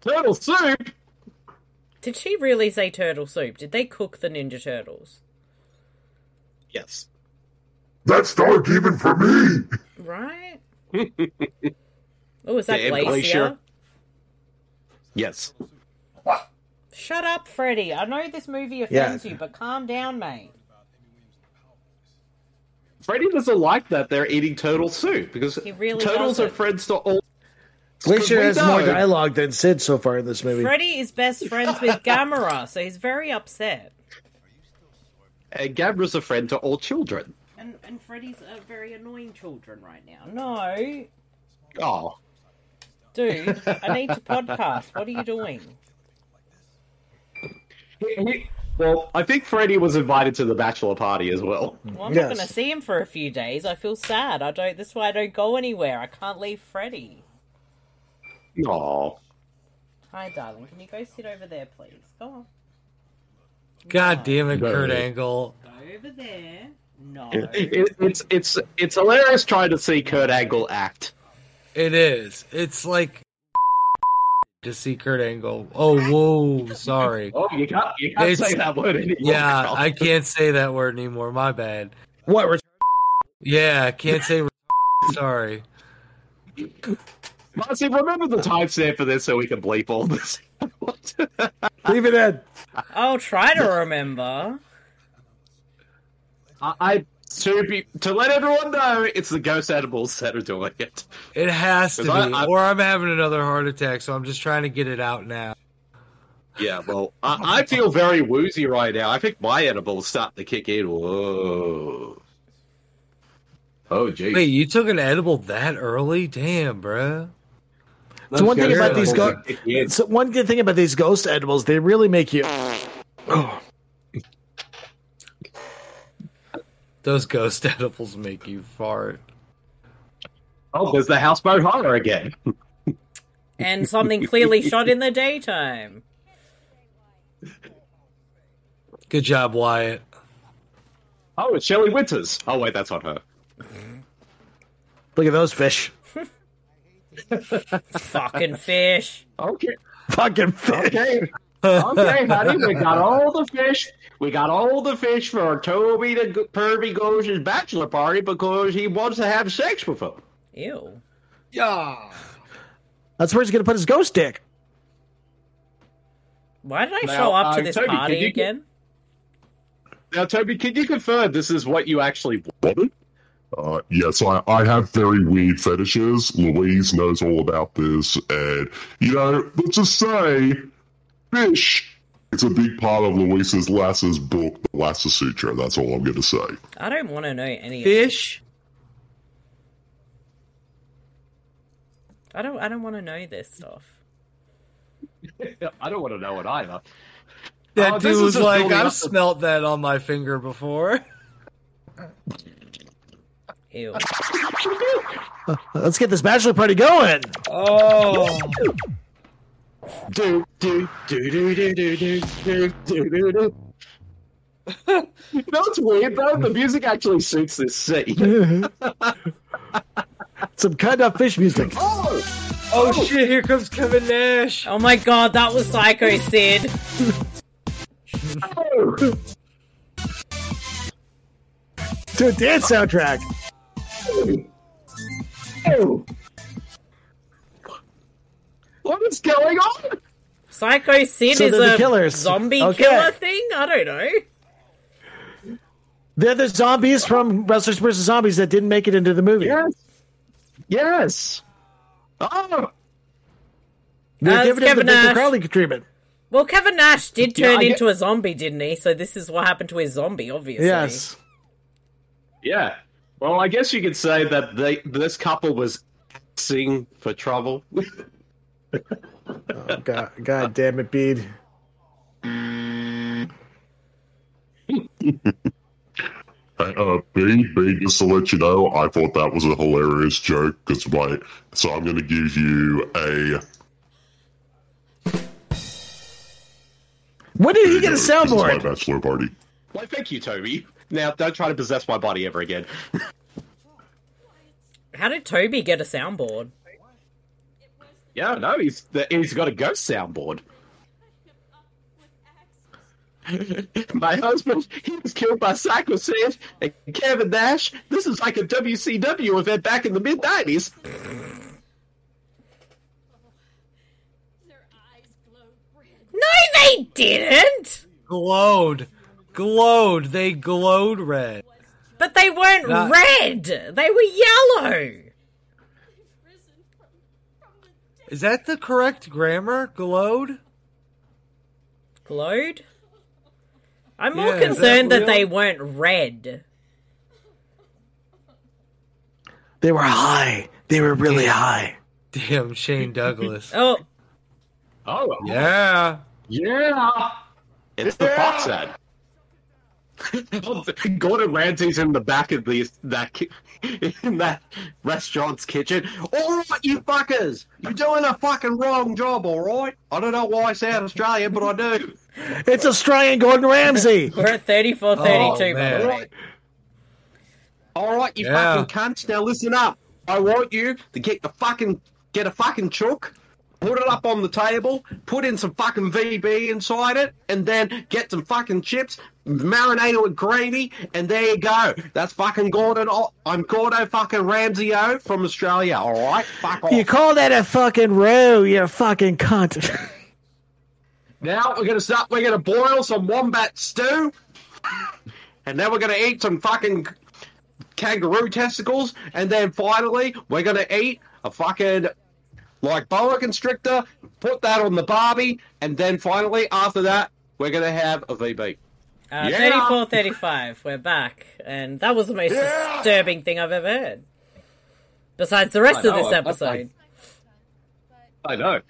Turtle soup. Did she really say turtle soup? Did they cook the Ninja Turtles? Yes. That's dark even for me. Right? Oh, is that Yeah, glacier? Glacier. Yes. Shut up, Freddy. I know this movie offends Yeah. you, but calm down, mate. Freddy doesn't like that they're eating turtle soup because He really turtles doesn't. are friends to all. Glacier We has more know. dialogue than Sid so far in this movie. Freddy is best friends with Gamora, so he's very upset. And Gabra's a friend to all children. And and Freddy's are very annoying children right now. No, Oh, dude, I need to podcast. What are you doing? well, I think Freddy was invited to the bachelor party as well. Well, I'm not going to see him for a few days. I feel sad. I don't. That's why I don't go anywhere. I can't leave Freddy. Aw. Hi, darling. Can you go sit over there, please? Go on. God damn it, No. Kurt Angle. Over there. No. It- it- it's it's it's hilarious trying to see Kurt Angle act. It is. It's like to see Kurt Angle. Oh, whoa, sorry. Oh, you can't you can't It's- say that word anymore. Yeah, Carl. I can't say that word anymore. My bad. What? ret- Yeah, I can't say. sorry. Marcy, remember the timestamp for this so we can bleep all this. Leave it in. I'll try to remember. I, I to be to let everyone know it's the ghost edibles that are doing it. It has to be, 'Cause I- I- or I'm having another heart attack. So I'm just trying to get it out now. Yeah, well, I, I feel very woozy right now. I think my edibles start to kick in. Whoa. Oh, geez. Wait, you took an edible that early? Damn, bruh. So one thing about these go- Yeah. so one good thing about these ghost edibles, they really make you. Oh, Those ghost edibles make you fart. Oh, there's the houseboat horror again. And something clearly shot in the daytime. Good job, Wyatt. Oh, it's Shelley Winters. Oh, wait, that's not her. look at those fish! Fucking fish. Okay. Fucking fish! Okay. Okay, honey, we got all the fish. We got all the fish for Toby to go- Pervy Gosh's bachelor party because he wants to have sex with her. Ew. Yeah. That's where he's gonna put his ghost dick. Why did I Now, show up to uh, this Toby, could party you- again? Now, Toby, can you confirm this is what you actually want? Uh, yes, I, I have very weird fetishes. Louise knows all about this. And, you know, let's just say, fish. It's a big part of Louise's Lassa's book, The Lassa Sutra. That's all I'm going to say. I don't want to know any of Fish. I don't. I don't want to know this stuff. I don't want to know it either. That Oh, this dude is was just like, building up I've the- smelt that on my finger before. Ew. Let's get this bachelor party going. Oh, Do, do, do, do, do, do, do, do, do, do, do. You know what's weird, though? The music actually suits this scene. Some cut up fish music. Oh! Oh, shit, here comes Kevin Nash. Oh my god, that was Psycho Sid. Oh! to a dance soundtrack. What is going on? Psycho Sid So is they're the a killers. zombie Okay. killer thing? I don't know. They're the zombies from Wrestlers vs. Zombies that didn't make it into the movie. Yes. Yes. Oh. They're Uh, giving him the Kevin Victor Nash. Crowley treatment. Well, Kevin Nash did Yeah, turn I get- into a zombie, didn't he? So this is what happened to his zombie, obviously. Yes. Yeah. Well, I guess you could say that they this couple was axing for trouble. Oh, God, God damn it, Bede. Hey, Uh, B, B, just to let you know, I thought that was a hilarious joke because my. So I'm going to give you a. When did he get a This is my soundboard? bachelor party. Why, thank you, Toby. Now, don't try to possess my body ever again. How did Toby get a soundboard? Yeah, no, he's he's got a ghost soundboard. my husband, he was killed by Psycho Sid and Kevin Nash. This is like a WCW event back in the mid '90s. No, they didn't! Glowed. Glowed. They glowed red. But they weren't Not- red! They were yellow! Is that the correct grammar? Glowed? Glowed? I'm more Yeah, is that concerned that, real? they weren't red. They were high. They were really high. Damn, Shane Douglas. Oh, Oh, yeah. yeah. It's the Fox ad. Gordon Ramsay's in the back of the that ki- in that restaurant's kitchen. All right, you fuckers, you're doing a fucking wrong job. All right, I don't know why I sound Australian, but I do. It's Australian Gordon Ramsay. We're at 34 32, Oh, by man. the way. All right, you Yeah. fucking cunts. Now listen up. I want you to get the fucking get a fucking chook, put it up on the table, put in some fucking VB inside it, and then get some fucking chips, marinate it with gravy, and there you go. That's fucking Gordon. O- I'm Gordo fucking Ramsay O from Australia. All right, fuck off. You call that a fucking row, you fucking cunt. Now we're gonna start. We're gonna boil some wombat stew, and then we're gonna eat some fucking kangaroo testicles, and then finally we're gonna eat a fucking like boa constrictor. Put that on the barbie, and then finally after that we're gonna have a VB. Uh, Yeah. 34 35, we're back. And that was the most disturbing thing I've ever heard. Besides the rest I of know, this I- I- episode. I know.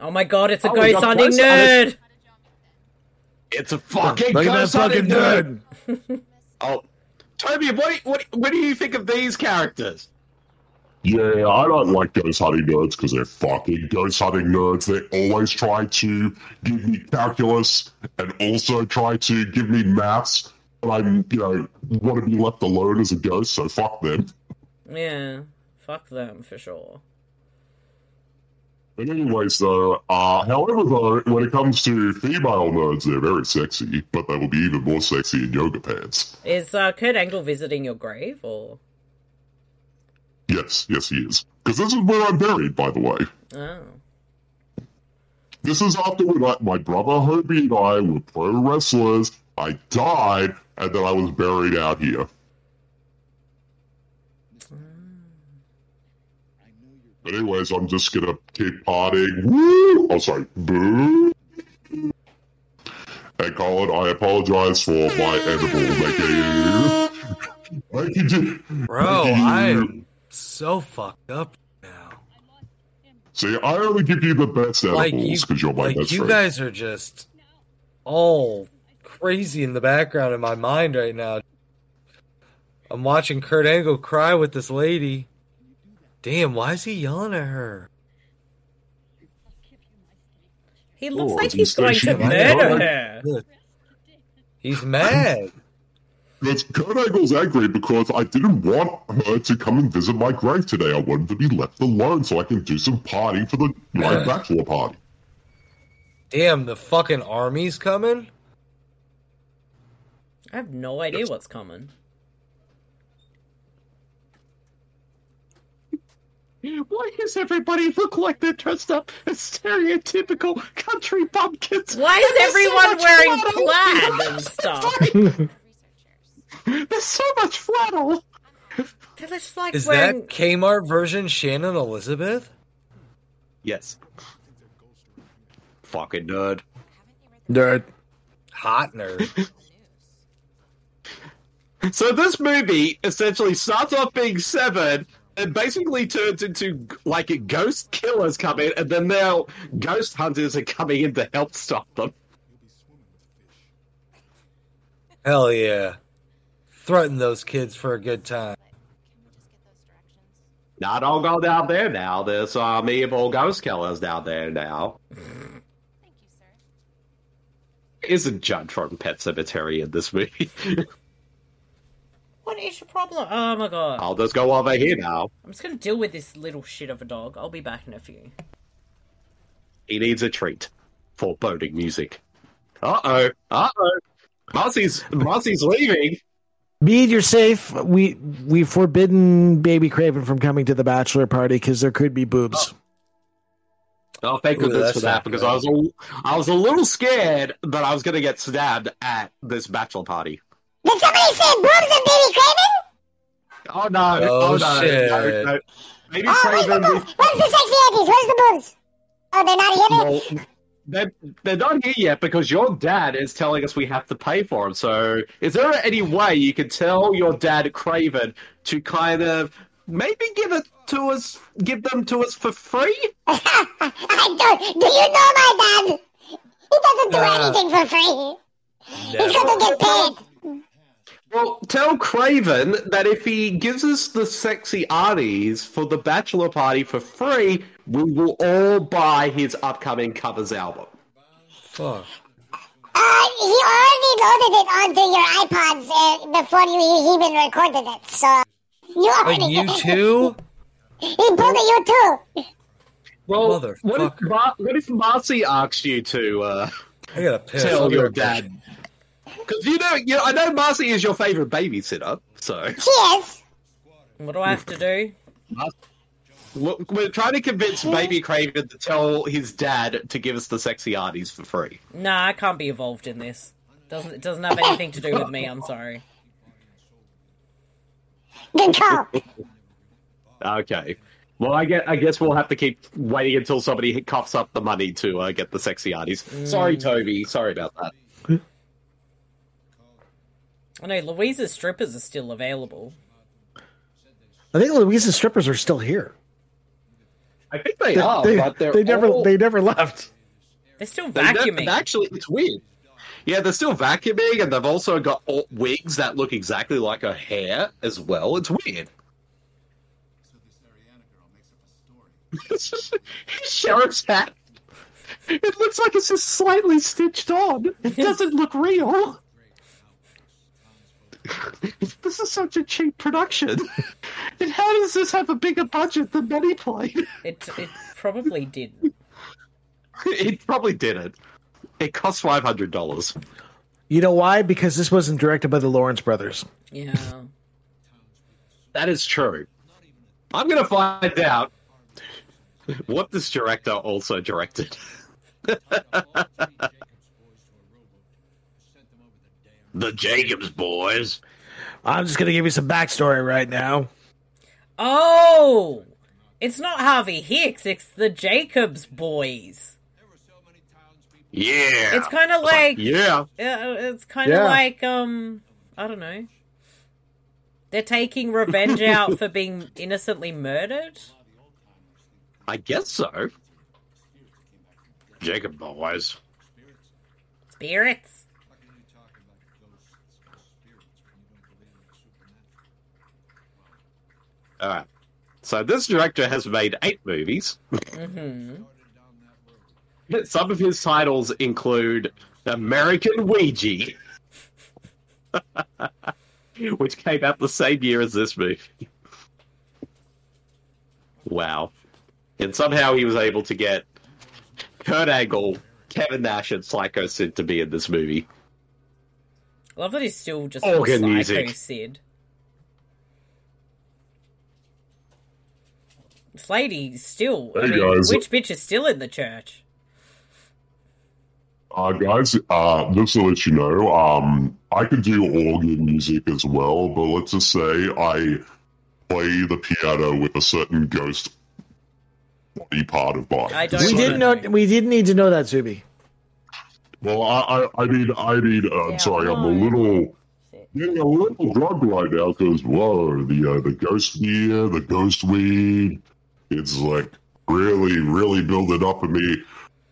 oh my god, it's a Oh, we ghost got hunting ghost nerd! hunting. It's a fucking Look at that ghost hunting fucking nerd. nerd. Oh, Toby, what, what what do you think of these characters? Yeah, I don't like ghost hunting nerds because they're fucking ghost hunting nerds. They always try to give me calculus and also try to give me maths. But I'm, you know, want to be left alone as a ghost, so fuck them. Yeah, fuck them for sure. But anyways, though, uh, however, though, when it comes to female nerds, they're very sexy, but they will be even more sexy in yoga pants. Is uh, Kurt Angle visiting your grave or? Yes, yes, he is. Because this is where I'm buried, by the way. Oh, This is after we got my brother Herbie and I were pro wrestlers. I died, and then I was buried out here. But anyways, I'm just gonna keep partying. Woo! Oh, sorry. Boo! Hey, Colin, I apologize for my edible making. I can do. Bro, I I can do- am so fucked up now. See, I only give you the best Like you, edibles because you, are my like best you friend. guys are just all crazy in the background in my mind right now. I'm watching Kurt Angle cry with this lady. Damn, why is he yelling at her? he looks Oh, like is he he's going to stationed? murder Yeah. her. He's mad. That's Kurt Angle's angry because I didn't want her to come and visit my grave today. I wanted to be left alone so I can do some partying for the my bachelor party. Damn, the fucking army's coming? I have no idea what's coming. Why does everybody look like they're dressed up as stereotypical country bumpkins? Why is There's so everyone much wearing flattle. plaid and stuff? There's so much flattle. They're just like Is wearing. that Kmart version Shannon Elizabeth? Yes. Fucking nerd. Nerd. Hot nerd. So this movie essentially starts off being seven and basically turns into like ghost killers come in, and then now ghost hunters are coming in to help stop them. Hell yeah. Threaten those kids for a good time. Now don't go down there now. There's some evil ghost killers down there now. Isn't John from Pet Cemetery in this movie? What is your problem? Oh my god. I'll just go over here now. I'm just gonna deal with this little shit of a dog. I'll be back in a few. He needs a treat. Foreboding music. Uh oh. Uh oh. Marcy's Marcy's leaving. Me and you're safe. We we forbidden Baby Craven from coming to the bachelor party because there could be boobs. Oh, thank Ooh, goodness that's for that not because good. I was a, I was a little scared that I was going to get stabbed at this bachelor party. Did somebody say boobs and baby Craven? Oh no! Oh, Oh, no, shit. no, no. Baby Ah, Oh, where's the Craven, boobs? Where's the sexy aunties? Where's the boobs? Oh, they're not here. well, they're, they're not here yet because your dad is telling us we have to pay for them. So, is there any way you could tell your dad Craven to kind of maybe give it to us, give them to us for free? I don't. Do you know my dad? He doesn't do Nah. anything for free. He's going to get paid. Well, tell Craven that if he gives us the sexy oddies for the bachelor party for free, we will all buy his upcoming covers album. Fuck. Uh, he already loaded it onto your iPods uh, before you he even recorded it. So you Like already you too? He pulled a you too. Well, Motherfucker. what if, Mar- what if Marcy asks you to uh, I gotta piss. tell I'll be your right back. dad? Because you know, you know, I know Marcy is your favorite babysitter, so She is. What do I have to do? we're, we're trying to convince Baby Craven to tell his dad to give us the sexy oddies for free. Nah, I can't be involved in this. Doesn't it doesn't have anything to do with me, I'm sorry. Good call. Okay. Well, I guess, I guess we'll have to keep waiting until somebody coughs up the money to uh, get the sexy oddies. Sorry, Mm. Toby. Sorry about that. I know Louisa's strippers are still available. I think Louisa's strippers are still here. I think they, are, but they're they never all- they never left. They're still they're- vacuuming. actually, it's weird. Yeah, they're still vacuuming, and they've also got all wigs that look exactly like her hair as well. It's weird. It's just his sheriff's hat. It looks like it's just slightly stitched on. It doesn't look real. this is such a cheap production. and how does this have a bigger budget than Money Plane? It it probably didn't. it probably didn't. It cost five hundred dollars. You know why? Because this wasn't directed by the Lawrence brothers. Yeah. That is true. I'm going to find out what this director also directed. the Jacobs Boys. I'm just gonna give you some backstory right now. Oh it's not Harvey Hicks, it's the Jacobs boys. Yeah. It's kinda like yeah. Yeah, it's kind of Yeah. like um, I don't know. They're taking revenge out for being innocently murdered. I guess so. Jacob Boys. Spirits. All right. So this director has made eight movies. Mm-hmm. Some of his titles include American Ouija. which came out the same year as this movie. Wow. And somehow he was able to get Kurt Angle, Kevin Nash, and Psycho Sid to be in this movie. Love that he's still just Organ Psycho music. Sid. This lady still. I Hey, mean, guys. Which bitch is still in the church? Uh, guys, uh, just to let you know, um, I can do organ music as well, but let's just say I play the piano with a certain ghost body part of mine. I we didn't know. We didn't need to know that, Zuby. Well, I, I, I mean, I mean, uh, I'm sorry, I'm a little, being a little drunk right now because whoa, the uh, the ghost beer, the ghost weed, it's like really, really building up in me.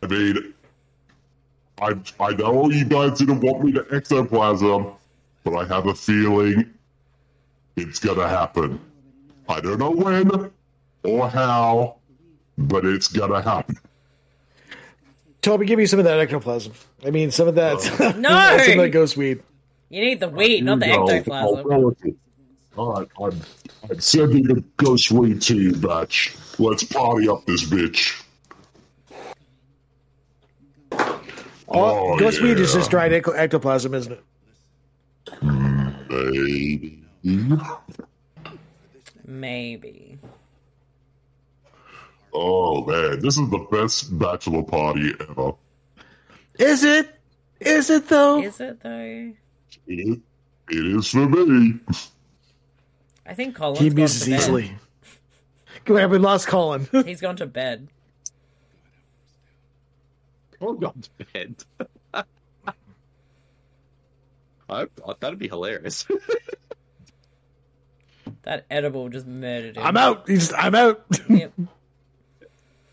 I mean, I I know you guys didn't want me to ectoplasm, but I have a feeling it's gonna happen. I don't know when or how, but it's gonna happen. Toby, give me some of that ectoplasm. I mean, some of that. No! some of that ghost weed. You need the weed, not the Here we go. ectoplasm. I'll roll with it. All right, I'm, I'm sending the ghost wing to you, batch. Let's party up this bitch. All, Oh, ghost weed is yeah. just dried ec- ectoplasm, isn't it? Baby. Maybe. Oh man, this is the best bachelor party ever. Is it? Is it though? Is it though? It is, it is for me. I think Colin's he gone misses to bed. easily. Come on, we lost Colin. He's gone to bed. Oh, God, bed. I, I- that'd be hilarious. That edible just murdered him. I'm out. He's, I'm out.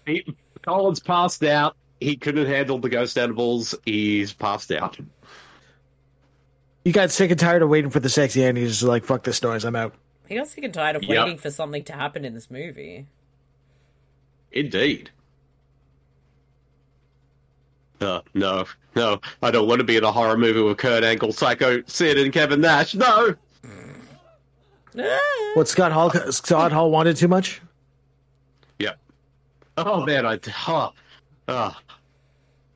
He, Colin's passed out. He couldn't handle the ghost edibles. He's passed out. You got sick and tired of waiting for the sexy Andy. He's just like, fuck this noise. I'm out. He got sick and tired of Yep. waiting for something to happen in this movie. Indeed. Uh, no, no, I don't want to be in a horror movie with Kurt Angle, Psycho Sid, and Kevin Nash. No, What Scott Hall? Scott Hall wanted too much. Yep. Oh man, I oh, oh,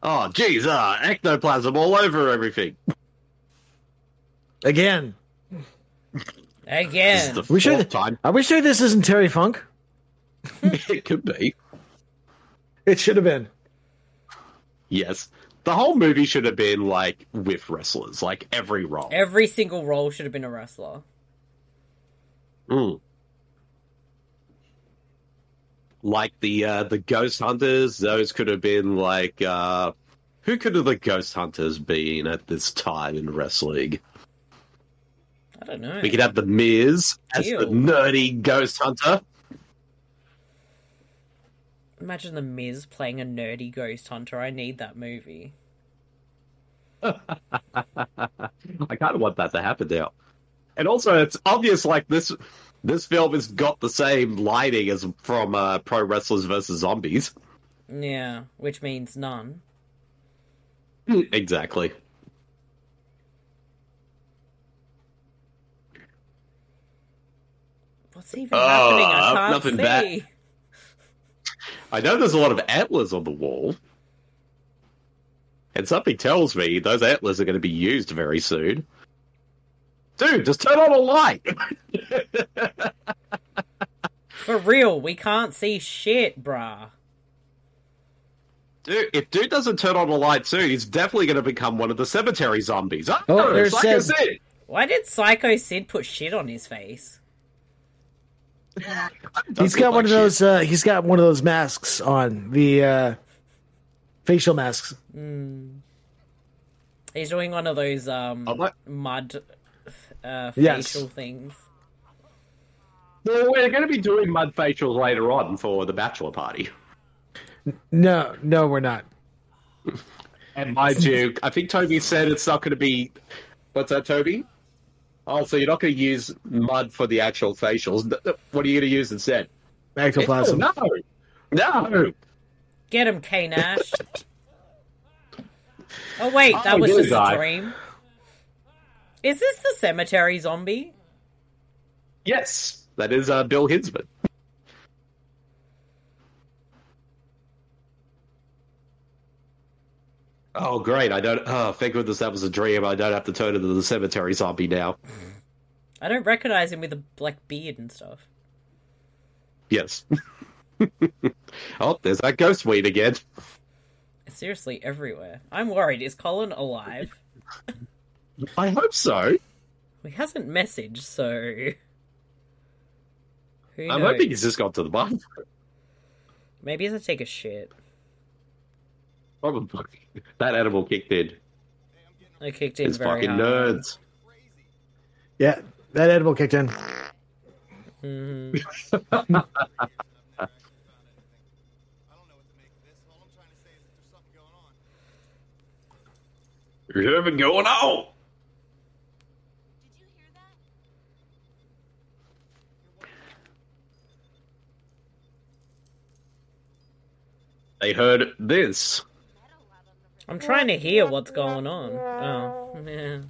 oh geez, uh, ectoplasm all over everything. Again, Again. The we fourth should. time I wish sure this isn't Terry Funk. it could be. It should have been. Yes, the whole movie should have been like with wrestlers, like every role. Every single role should have been a wrestler. Mm. Like the uh, the ghost hunters, those could have been like uh, who could have the ghost hunters been at this time in wrestling? I don't know. We could have the Miz as Ew. the nerdy ghost hunter. Imagine the Miz playing a nerdy ghost hunter. I need that movie. I kind of want that to happen now. And also, it's obvious like this this film has got the same lighting as from uh, Pro Wrestlers versus Zombies. Yeah, which means none. Hmm. exactly. What's even Oh, happening? I uh, can't nothing see. bad. I know there's a lot of antlers on the wall. And something tells me those antlers are going to be used very soon. Dude, just turn on a light. For real, we can't see shit, bruh. Dude, if dude doesn't turn on a light soon, he's definitely going to become one of the cemetery zombies. Oh, Oh, there it it's like I says- said. Why did Psycho Sid put shit on his face? he's got one of those. Uh, he's got one of those masks on the uh, facial masks. Mm. He's doing one of those um Oh, mud uh, Yes. facial things. Well, we're going to be doing mud facials later on for the bachelor party. No, no, we're not. And mind you, I think Toby said it's not going to be. What's that, Toby? Oh, so you're not going to use mud for the actual facials. Th- th- What are you going to use instead? Ectoplasm. No, no. no. Get him, K Nash. oh wait, that Oh, was good just a guy. dream. Is this the cemetery zombie? Yes, that is uh, Bill Hinsman. Oh, great. I don't. Oh, thank goodness that was a dream. I don't have to turn into the cemetery zombie now. I don't recognize him with a black beard and stuff. Yes. oh, there's that ghost weed again. It's seriously everywhere. I'm worried. Is Colin alive? I hope so. He hasn't messaged, so. Who I'm knows? hoping he's just gone to the bathroom. Maybe he's gonna take a shit. Probably. That animal kicked in. I kicked in It's very fucking hard. nerds. Yeah, that edible kicked in. Hmm. Mhm. There's something going on. They heard this. I'm trying to hear what's going on. Oh, yeah.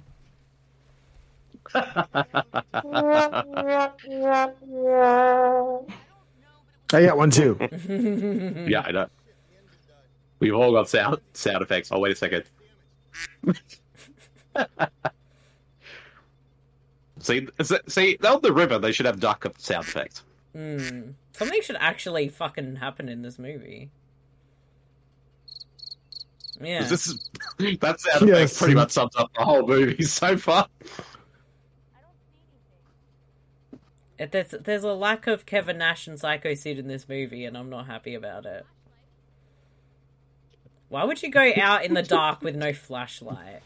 Oh. I got one too. yeah, I know. We've all got sound sound effects. Oh, wait a second. see, see, on the river, they should have duck sound effects. Mm. Something should actually fucking happen in this movie. Yeah. 'Cause This is, that sound effect Yes. pretty much sums up the whole movie so far. It- There's, there's a lack of Kevin Nash and Psycho Sid in this movie, and I'm not happy about it. Why would you go out in the dark with no flashlight?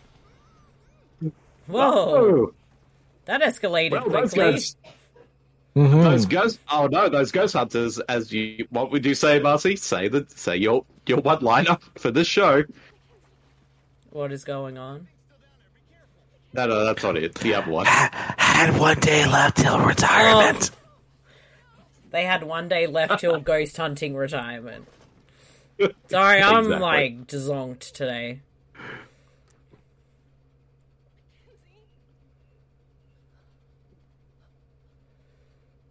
Whoa, Oh. that escalated Well, those quickly. guys, Mm-hmm. those ghost. Oh no, those ghost hunters. As you, what would you say, Marcy? Say that. Say your your one liner for this show. What is going on? No, no, that's not it. The other one. Had one day left till retirement. Oh. They had one day left till ghost hunting retirement. Sorry, I'm Exactly. like dezonked today.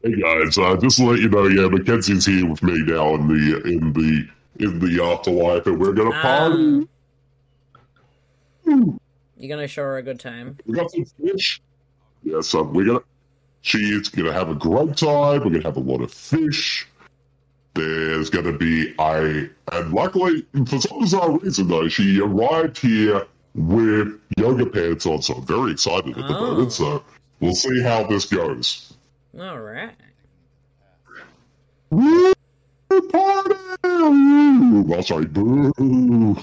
Hey guys, uh, just to let you know, yeah, Mackenzie's here with me now in the in the in the afterlife, and we're gonna party. Um, Hmm. you're gonna show her a good time. We got some fish. Yeah, so we're gonna. She's gonna have a great time. We're gonna have a lot of fish. There's gonna be I and luckily for some bizarre reason though she arrived here with yoga pants on, so I'm very excited at the Oh. moment. So we'll see how this goes. All right. Woo! Party! Woo! Oh, sorry, boo.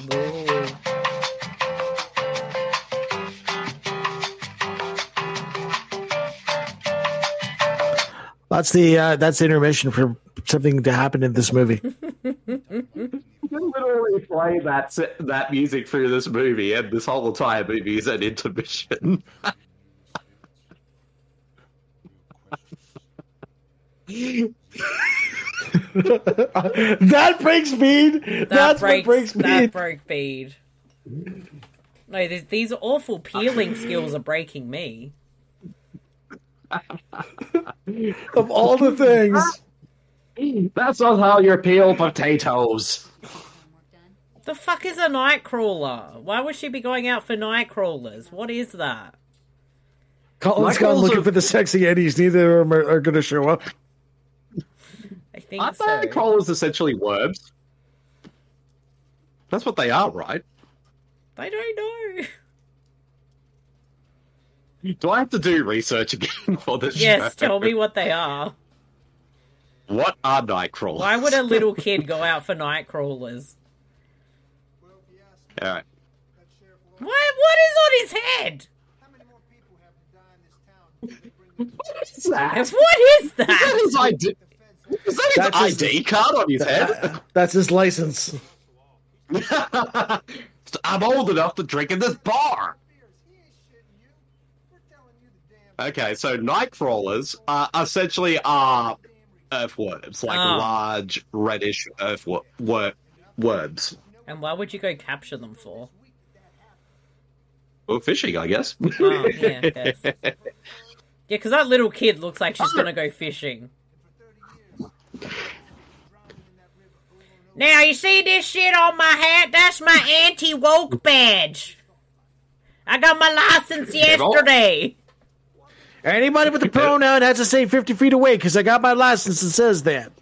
That's the uh, that's the intermission for something to happen in this movie. You literally play that se- that music through this movie, and this whole entire movie is an intermission. that breaks speed. that's breaks, what breaks That speed. broke bead. No, these, these awful peeling skills are breaking me. of all the things. That's not how you peel potatoes. The fuck is a nightcrawler? Why would she be going out for nightcrawlers? What is that? Colin's gone Michael's looking a- for the sexy Eddies. Neither of them are, are going to show up. I think Aren't so. they crawlers essentially worms? That's what they are, right? I don't know. Do I have to do research again for this? Yes, show? tell me what they are. What are night crawlers? Why would a little kid go out for nightcrawlers? All right. What what is on his head? What is that? And Is What is that that? his ID? Is that his That's his- ID card on his head? That- that's his license. I'm old enough to drink in this bar. Okay, so night crawlers uh, essentially are earthworms, like Ah. large reddish earthworms. Wor- worms. And why would you go capture them for? Well, fishing, I guess. Oh, yeah, okay. yeah, because that little kid looks like she's gonna go fishing. Now you see this shit on my hat? That's my anti woke badge. I got my license yesterday. Anybody with the pronoun has to say 50 feet away because I got my license that says that.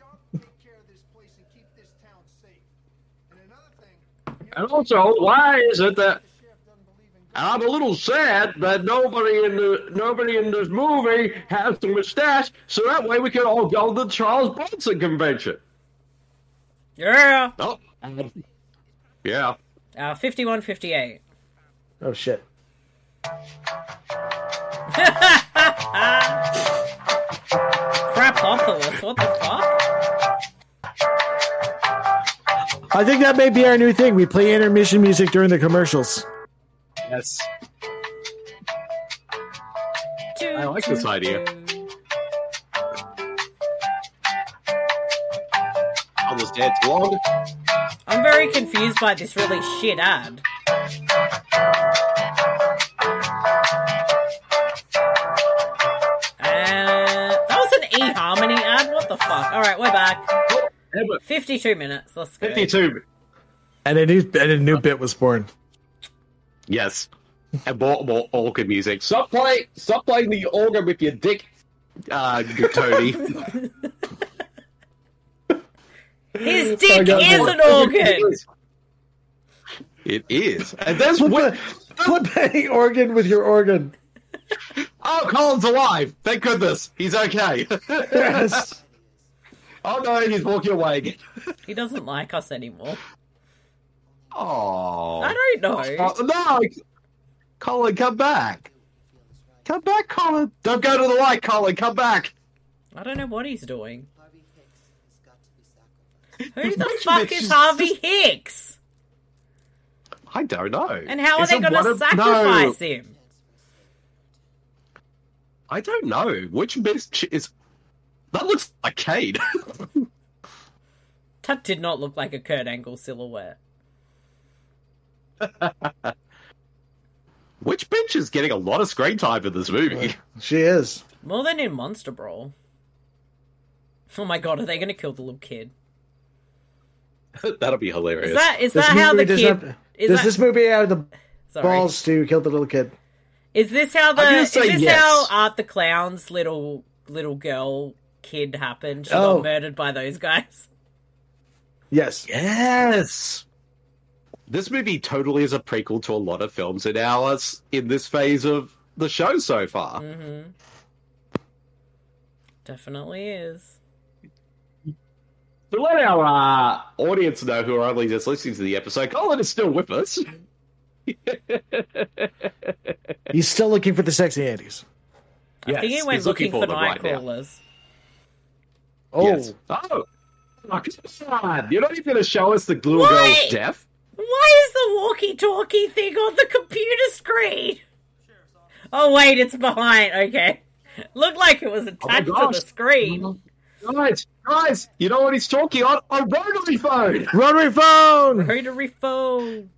And also, why is it that I'm a little sad that nobody in the nobody in this movie has the mustache, so that way we can all go to the Charles Bronson convention. Yeah. Oh, um, yeah. Uh, 51 58. Oh, shit. Crapopolis, what the fuck? I think that may be our new thing. We play intermission music during the commercials. Yes. Doo, I like this doo, idea. doo. Almost dance along. I'm very confused by this really shit ad. Uh, that was an eHarmony ad? What the fuck? Alright, we're back. 52 minutes, let's go. 52. And a new, and a new bit was born. Yes. And more, more organ music. Stop playing, stop playing the organ with your dick, uh, Tony. His dick God, is boy. an organ! it is. And that's Put, what. the, put the organ with your organ. Oh, Colin's alive. Thank goodness. He's okay. Yes. oh, no, he's walking away again. He doesn't like us anymore. Oh. I don't know. Oh, no. Colin, come back. Come back, Colin. Don't go to the light, Colin. Come back. I don't know what he's doing. Who the Which fuck bitch is is- Harvey Hicks? I don't know. And how are Is they it going one to of- sacrifice No, him? I don't know. Which bitch is. That looks like Cade. That did not look like a Kurt Angle silhouette. Which bitch is getting a lot of screen time in this movie? She is. More than in Monster Brawl. Oh my god, are they going to kill the little kid? That'll be hilarious. Is that is This that how the movie does kid not- is does that, this movie have the Sorry. balls to kill the little kid? Is this how the gonna is say this yes. how Art the Clown's little little girl kid happened? She Oh. got murdered by those guys. Yes. Yes. This movie totally is a prequel to a lot of films in ours in this phase of the show so far. Mm-hmm. Definitely is. So let our uh, audience know who are only just listening to the episode. Colin is still with us. He's still looking for the sexy Andes. I think he went he's looking, looking for for them right now. nightcrawlers. Oh, Yes. Oh, oh, come on. You're not even going to show us the little Why? girl's death? Why is the walkie-talkie thing on the computer screen? Oh wait, it's behind. Okay, looked like it was Oh my attached gosh. Mm-hmm. to the screen. Guys, guys, you know what he's talking on? A rotary phone. rotary phone. Rotary phone.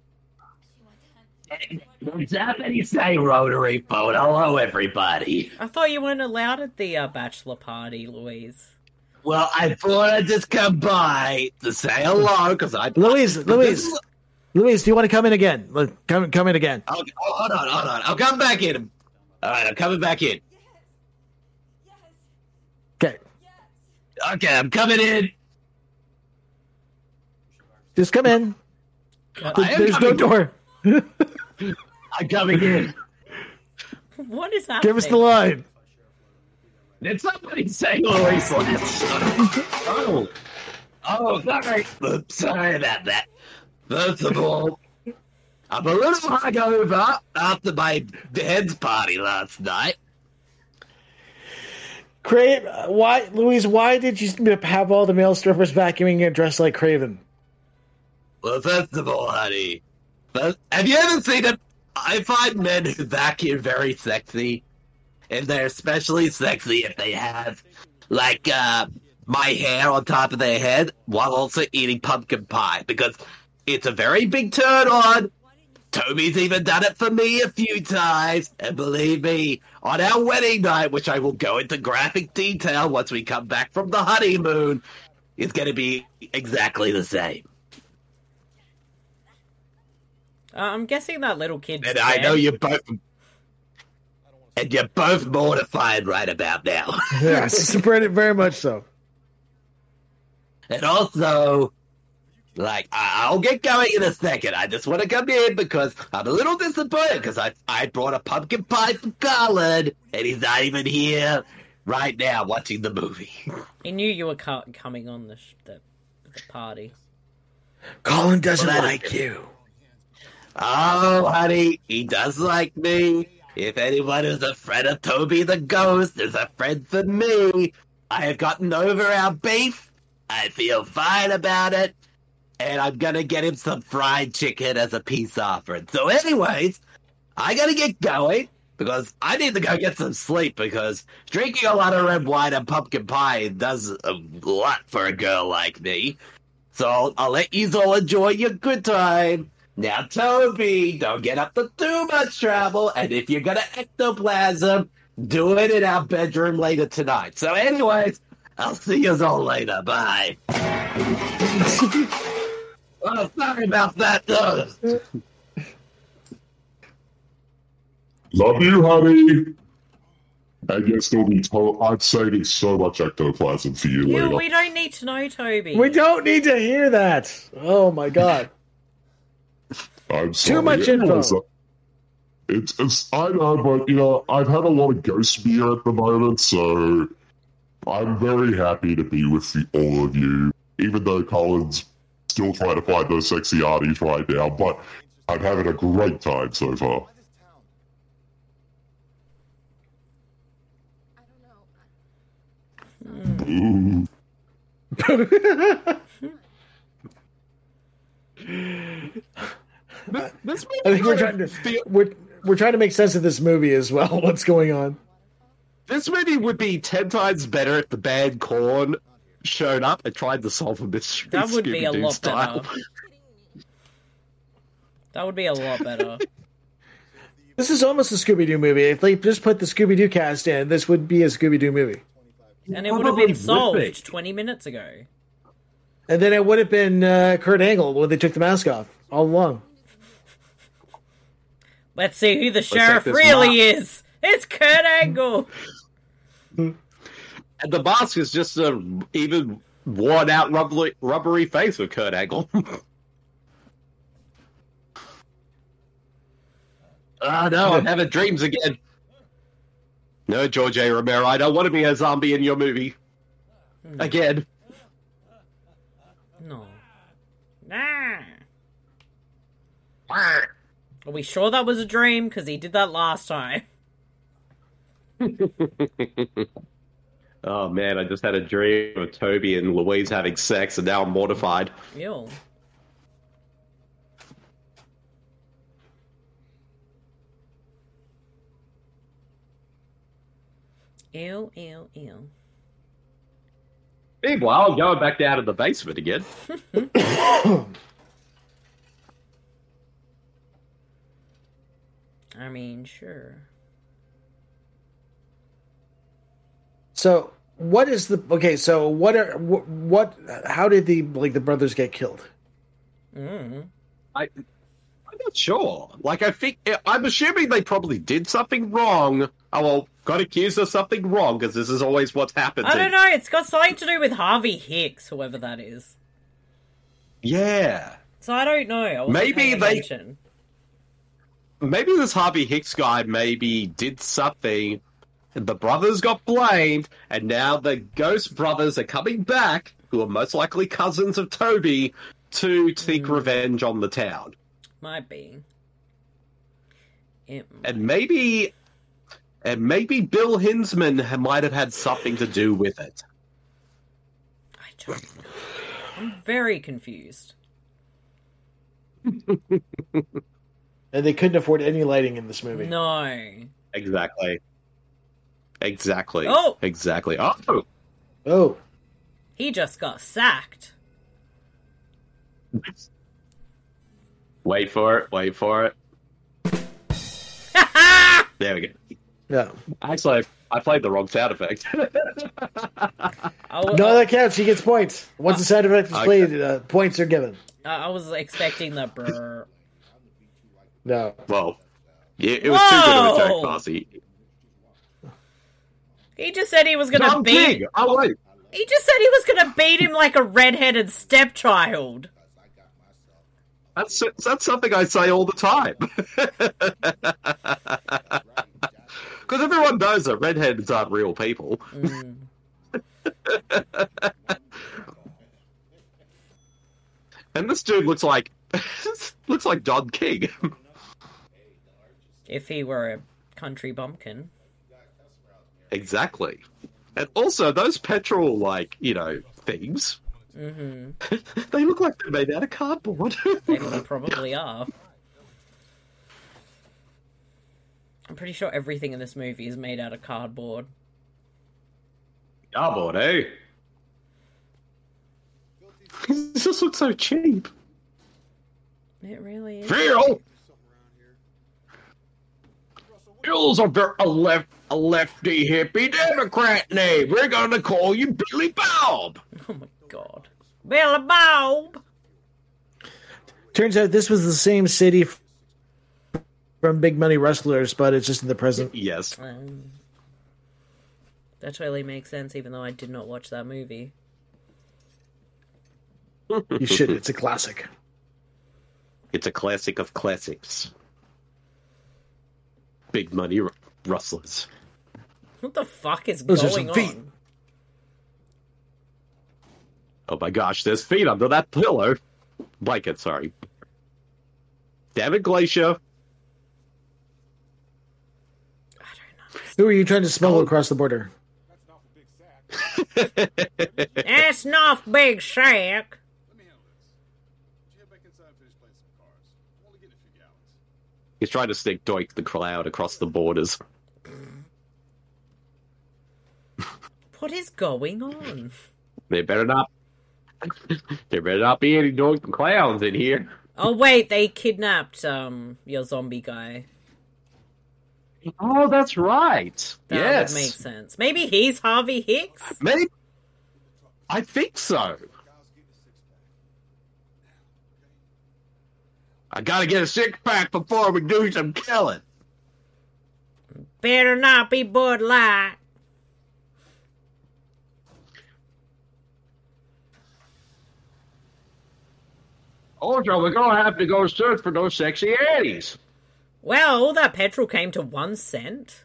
What's happening? Say rotary phone. Hello, everybody. I thought you weren't allowed at the uh, bachelor party, Louise. Well, I thought I'd just come by to say hello because I. Louise, Louise, This is- Louise, do you want to come in again? Look, Come, come in again. I'll, oh, hold on, hold on. I'll come back in. All right, I'm coming back in. Okay, Okay, I'm coming in. just come in. I am There's no coming- door. I'm coming in. What is that? Give us the line. Did somebody say Louise Lance? Oh, oh, sorry. Oops, Sorry about that. First of all, I'm a little hungover after my head's party last night. Crave, why, Louise? Why did you have all the male strippers vacuuming and dressed like Craven? Well, first of all, honey, first, have you ever seen a? I find men who vacuum very sexy, and they're especially sexy if they have, like, uh, my hair on top of their head while also eating pumpkin pie because it's a very big turn on. Toby's even done it for me a few times. And believe me, on our wedding night, which I will go into graphic detail once we come back from the honeymoon, it's going to be exactly the same. Uh, I'm guessing that little kid. And I know you're both. And you're both mortified right about now. Yes, very, very much so. And also, like, I- I'll get going in a second. I just want to come in because I'm a little disappointed because I, I brought a pumpkin pie for Colin and he's not even here right now watching the movie. He knew you were co- coming on the, sh- the, the party. Colin doesn't Well, that- like you. Oh, honey, he does like me. If anyone is a friend of Toby the Ghost is a friend for me, I have gotten over our beef. I feel fine about it. And I'm gonna get him some fried chicken as a peace offering. So, anyways, I gotta get going because I need to go get some sleep because drinking a lot of red wine and pumpkin pie does a lot for a girl like me. So I'll, I'll let you all enjoy your good time. Now, Toby, don't get up to too much trouble, and if you're gonna ectoplasm, do it in our bedroom later tonight. So, anyways, I'll see you all later. Bye. oh, sorry about that. Ugh. Love you, honey. I guess there'll be to- I'm saving so much ectoplasm for you You, later. we don't need to know, Toby. We don't need to hear that. Oh my god. I'm sorry. much It info. was a- It's, it's I know, but you know, I've had a lot of ghost beer at the moment, so I'm very happy to be with the, all of you. Even though Colin's still trying to find those sexy oddies right now, but I'm having a great time so far. Boo. I think we're trying to we're, we're trying to make sense of this movie as well. What's going on? This movie would be ten times better if the band Corn showed up and tried to solve a mystery. That would be a Scooby-Doo lot style. better. That would be a lot better. This is almost a Scooby Doo movie. If they just put the Scooby Doo cast in, this would be a Scooby Doo movie. and it would have Probably been solved ripping. 20 minutes ago. And then it would have been uh, Kurt Angle when they took the mask off all along. Let's see who the Let's sheriff take this really map. is. It's Kurt Angle. And the mask is just a even worn out rubbery, rubbery face of Kurt Angle. Ah no, I'm having dreams again. No, George A. Romero, I don't want to be a zombie in your movie again. No. Nah. Are we sure that was a dream? Because he did that last time. oh man, I just had a dream of Toby and Louise having sex, and now I'm mortified. Ew. Ew, ew, ew. Meanwhile, I'm going back down to the basement again. I mean, sure. So what is the okay? So what are wh- what? How did the like the brothers get killed? Mm. I, I'm not sure. Like, I think I'm assuming they probably did something wrong. Oh well, got accused of something wrong because this is always what's happened. I in- don't know. It's got something to do with Harvey Hicks, whoever that is. Yeah, So I don't know. I wasn't Maybe paying they- attention. maybe this Harvey Hicks guy maybe did something. and The brothers got blamed, and now the Ghost brothers are coming back, who are most likely cousins of Toby, to seek Mm. revenge on the town. might be. It and maybe and maybe Bill Hinsman ha- might have had something to do with it. I'm very confused. And they couldn't afford any lighting in this movie. No. Exactly. Exactly. Oh! Exactly. Oh, Oh, He just got sacked. wait for it. Wait for it. There we go. Yeah. Actually, I, I played the wrong sound effect. No, that counts. She gets points. Once the side effect is Okay. played, uh, points are given. I I was expecting the brr. No. Well, it, it was too good of a Whoa! joke, Darcy. He just said he was gonna Tom beat. King! Oh, wait. He just said he was gonna beat him like a redheaded stepchild. That's, that's something I say all the time. Because everyone knows that redheads aren't real people. and this dude looks like looks like Don King. If he were a country bumpkin. exactly. And also those petrol like, you know, things. Mm-hmm. They look like they're made out of cardboard. They probably are. I'm pretty sure everything in this movie is made out of cardboard. cardboard, eh? this just looks so cheap. It really is. Phil! Phil's a, ver- a left a lefty hippie Democrat name. We're gonna call you Billy Bob. Oh God. Billy Bob! Turns out this was the same city f- from Big Money Wrestlers, but it's just in the present. Yes. Um, that totally makes sense, even though I did not watch that movie. You should. It's a classic. It's a classic of classics. Big money r- rustlers. What the fuck is Those are going some feet. on? Oh my gosh, there's feet under that pillow. Blanket, sorry. David Glacier. Who are you trying to Oh. smuggle across the border? That's not Big Shack. He's trying to sneak Doink the cloud across the borders. What is going on? There better not. there better not be any Doink the clowns in here. Oh wait, they kidnapped um your zombie guy. Oh, that's right. That yes. would make sense. Maybe he's Harvey Hicks. Maybe. I think so. I gotta get a six pack before we do some killing. Better not be Bud Light. Also, we're gonna have to go search for those sexy Annies. Well, all that petrol came to one cent.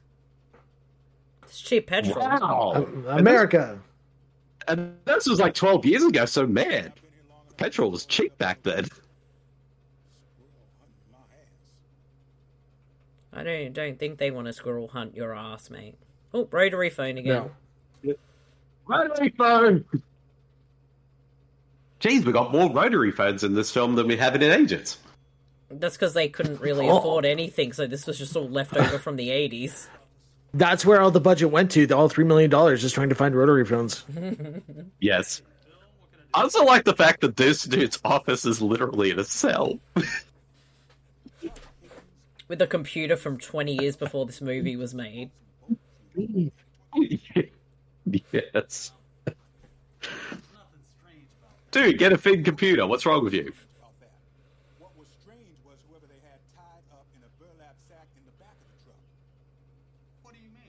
It's cheap petrol. Wow. America. And this was like 12 years ago, so man, petrol was cheap back then. I don't don't think they want to squirrel hunt your ass, mate. Oh, rotary phone again. Rotary phone! Jeez, we got more rotary phones in this film than we have in ages. That's because they couldn't really Oh. afford anything, so this was just all left over from the eighties. That's where all the budget went to. All $3 million just trying to find rotary phones. Yes. I also like the fact that this dude's office is literally in a cell. With a computer from twenty years before this movie was made. yes. Dude, get a thin computer. What's wrong with you?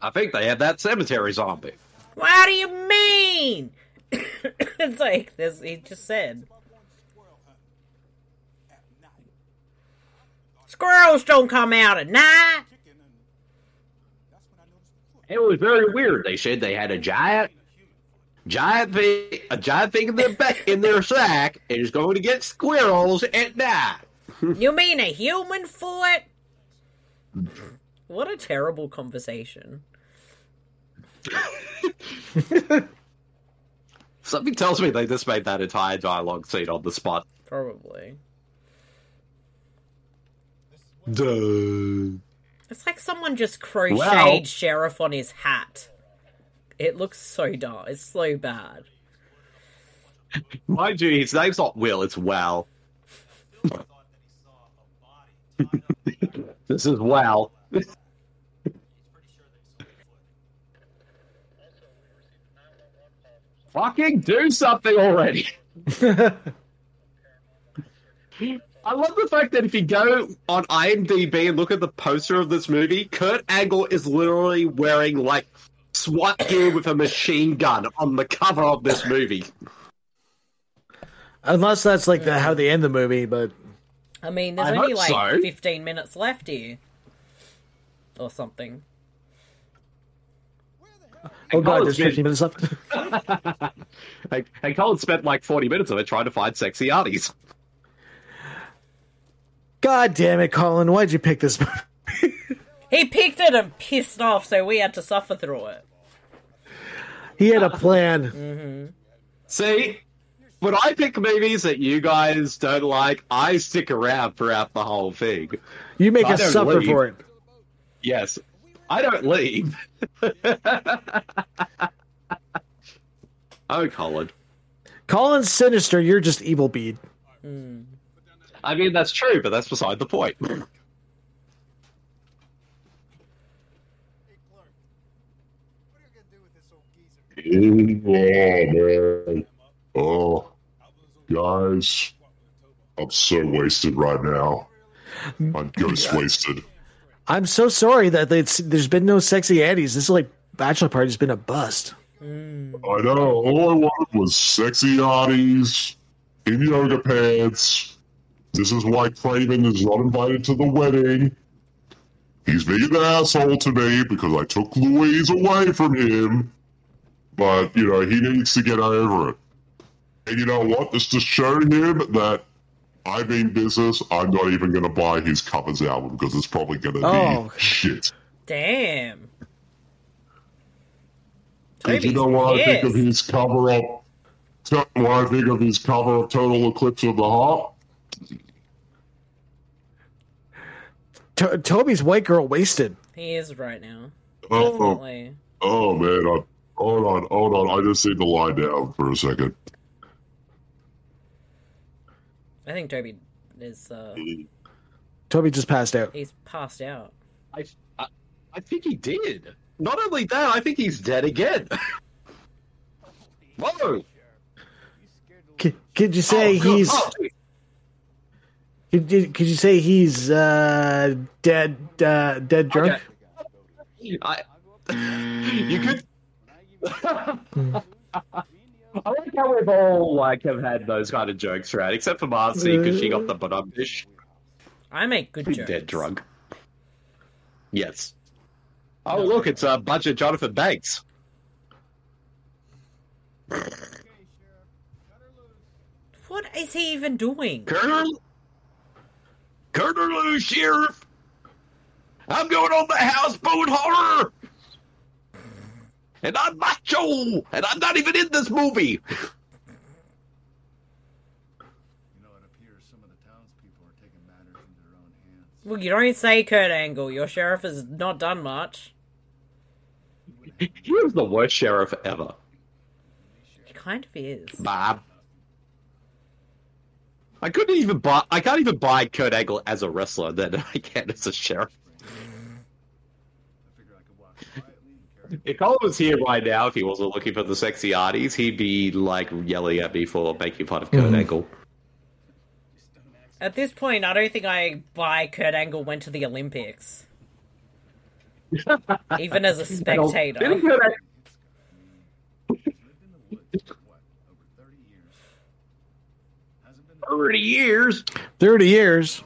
I think they have that cemetery zombie. What do you mean? it's like this. He just said, "Squirrels don't come out at night." It was very weird. They said they had a giant, giant thing, a giant thing in their back in their sack, and is going to get squirrels at night. you mean a human foot? What a terrible conversation. Something tells me they just made that entire dialogue scene on the spot. Probably. Duh. It's like someone just crocheted Well- sheriff on his hat. It looks so dark. It's so bad. Mind you, his name's not Will, it's Wow. this is Wow. Fucking do something already. I love the fact that if you go on IMDb and look at the poster of this movie, Kurt Angle is literally wearing like SWAT gear with a machine gun on the cover of this movie. Unless that's like the, how they end the movie, but I mean, there's I only hope like so. 15 minutes left here. Or something. oh god, Colin's there's 15 minutes left. And, and Colin spent like 40 minutes of it trying to find sexy arties. God damn it, Colin! Why'd you pick this? movie? He picked it and pissed off, so we had to suffer through it. He had a plan. Mm-hmm. See, when I pick movies that you guys don't like, I stick around throughout the whole thing. You make I us don't suffer leave. for it. Yes. I don't leave. oh, Colin. Colin's sinister. You're just evil bead. I mean, that's true, but that's beside the point. Oh, man. Oh, guys, I'm so wasted right now. I'm ghost wasted. I'm so sorry that it's, there's been no sexy Addies. This like bachelor party's been a bust. I know. All I wanted was sexy oddies in yoga pants. This is why Craven is not invited to the wedding. He's being an asshole to me because I took Louise away from him. But, you know, he needs to get over it. And you know what? It's to show him that I mean business. I'm not even going to buy his covers album because it's probably going to Oh. be shit. Damn. Because you know what I think of Yes. his cover up? to- What I think of his cover of Total Eclipse of the Heart? To- Toby's white girl wasted. He is right now. Oh, oh, Definitely. oh, man. I, hold on, hold on. I just need to lie down for a second. I think Toby is, uh, Mm-hmm. Toby just passed out. he's passed out. I, I, I think he did. Not only that, I think he's dead again. Whoa! C- could you say he's? Oh, geez. Could you, could you say he's uh, dead? Uh, dead drunk. I, you could. I like how we've all like have had those kind of jokes, right? Except for Marcy because she got the bottom dish. I make good jokes. Dead drunk. Yes. Oh look, it's a uh, bunch of Jonathan Banks. What is he even doing? Colonel, Colonel Lou Sheriff, I'm going on the houseboat horror, and I'm macho, and I'm not even in this movie. Well, you don't say Kurt Angle. Your sheriff has not done much. He was the worst sheriff ever, He kind of is. Bob. I couldn't even buy. I can't even buy Kurt Angle as a wrestler. Then I can as a sheriff. If Colin was here right now, if he wasn't looking for the sexy arties, he'd be like yelling at me for making fun of Kurt Angle. At this point, I don't think I buy Kurt Angle went to the Olympics. Even as a Didn't spectator. Kurt Ang- Thirty years. Thirty years.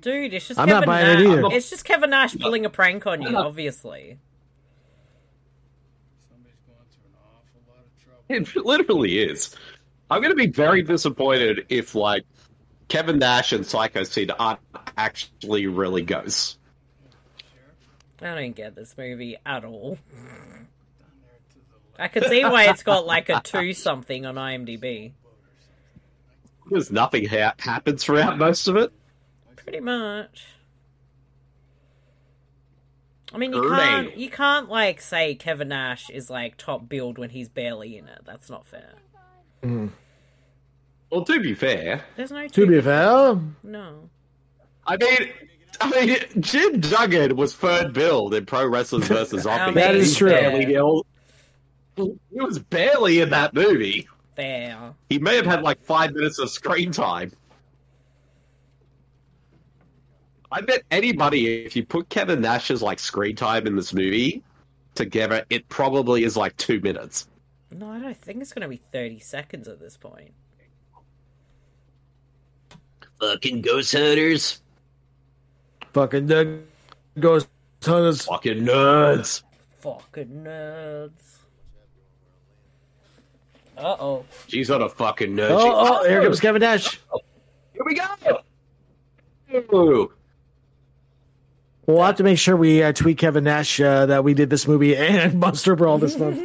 Dude, it's just I'm not Kevin buying it Nash. either. it's just Kevin Nash pulling a prank on you, obviously. It literally is. I'm going to be very disappointed if like Kevin Nash and Psycho Sid aren't actually really ghosts. I don't get this movie at all. I could see why it's got like a two something on IMDb. Because nothing ha- happens throughout most of it. Pretty much. I mean, you Kurt can't Angle. you can't like say Kevin Nash is like top build when he's barely in it. That's not fair. Mm. Well, to be fair, There's no To two- be fair, No. I mean, I mean, Jim Duggan was third billed in Pro Wrestlers versus Zombies. That is He's true. barely ill- He was barely in that movie. Fair. He may have had like five minutes of screen time. I bet anybody, if you put Kevin Nash's like screen time in this movie together, it probably is like two minutes. No, I don't think it's going to be 30 seconds at this point. Fucking ghost hunters. Fucking Doug goes tons. Fucking nerds. Fucking nerds. Uh oh. She's not a fucking nerd. Oh, She's- oh, here comes Kevin Nash. Here we go. We'll have to make sure we uh, tweet Kevin Nash uh, that we did this movie and Monster Brawl this month.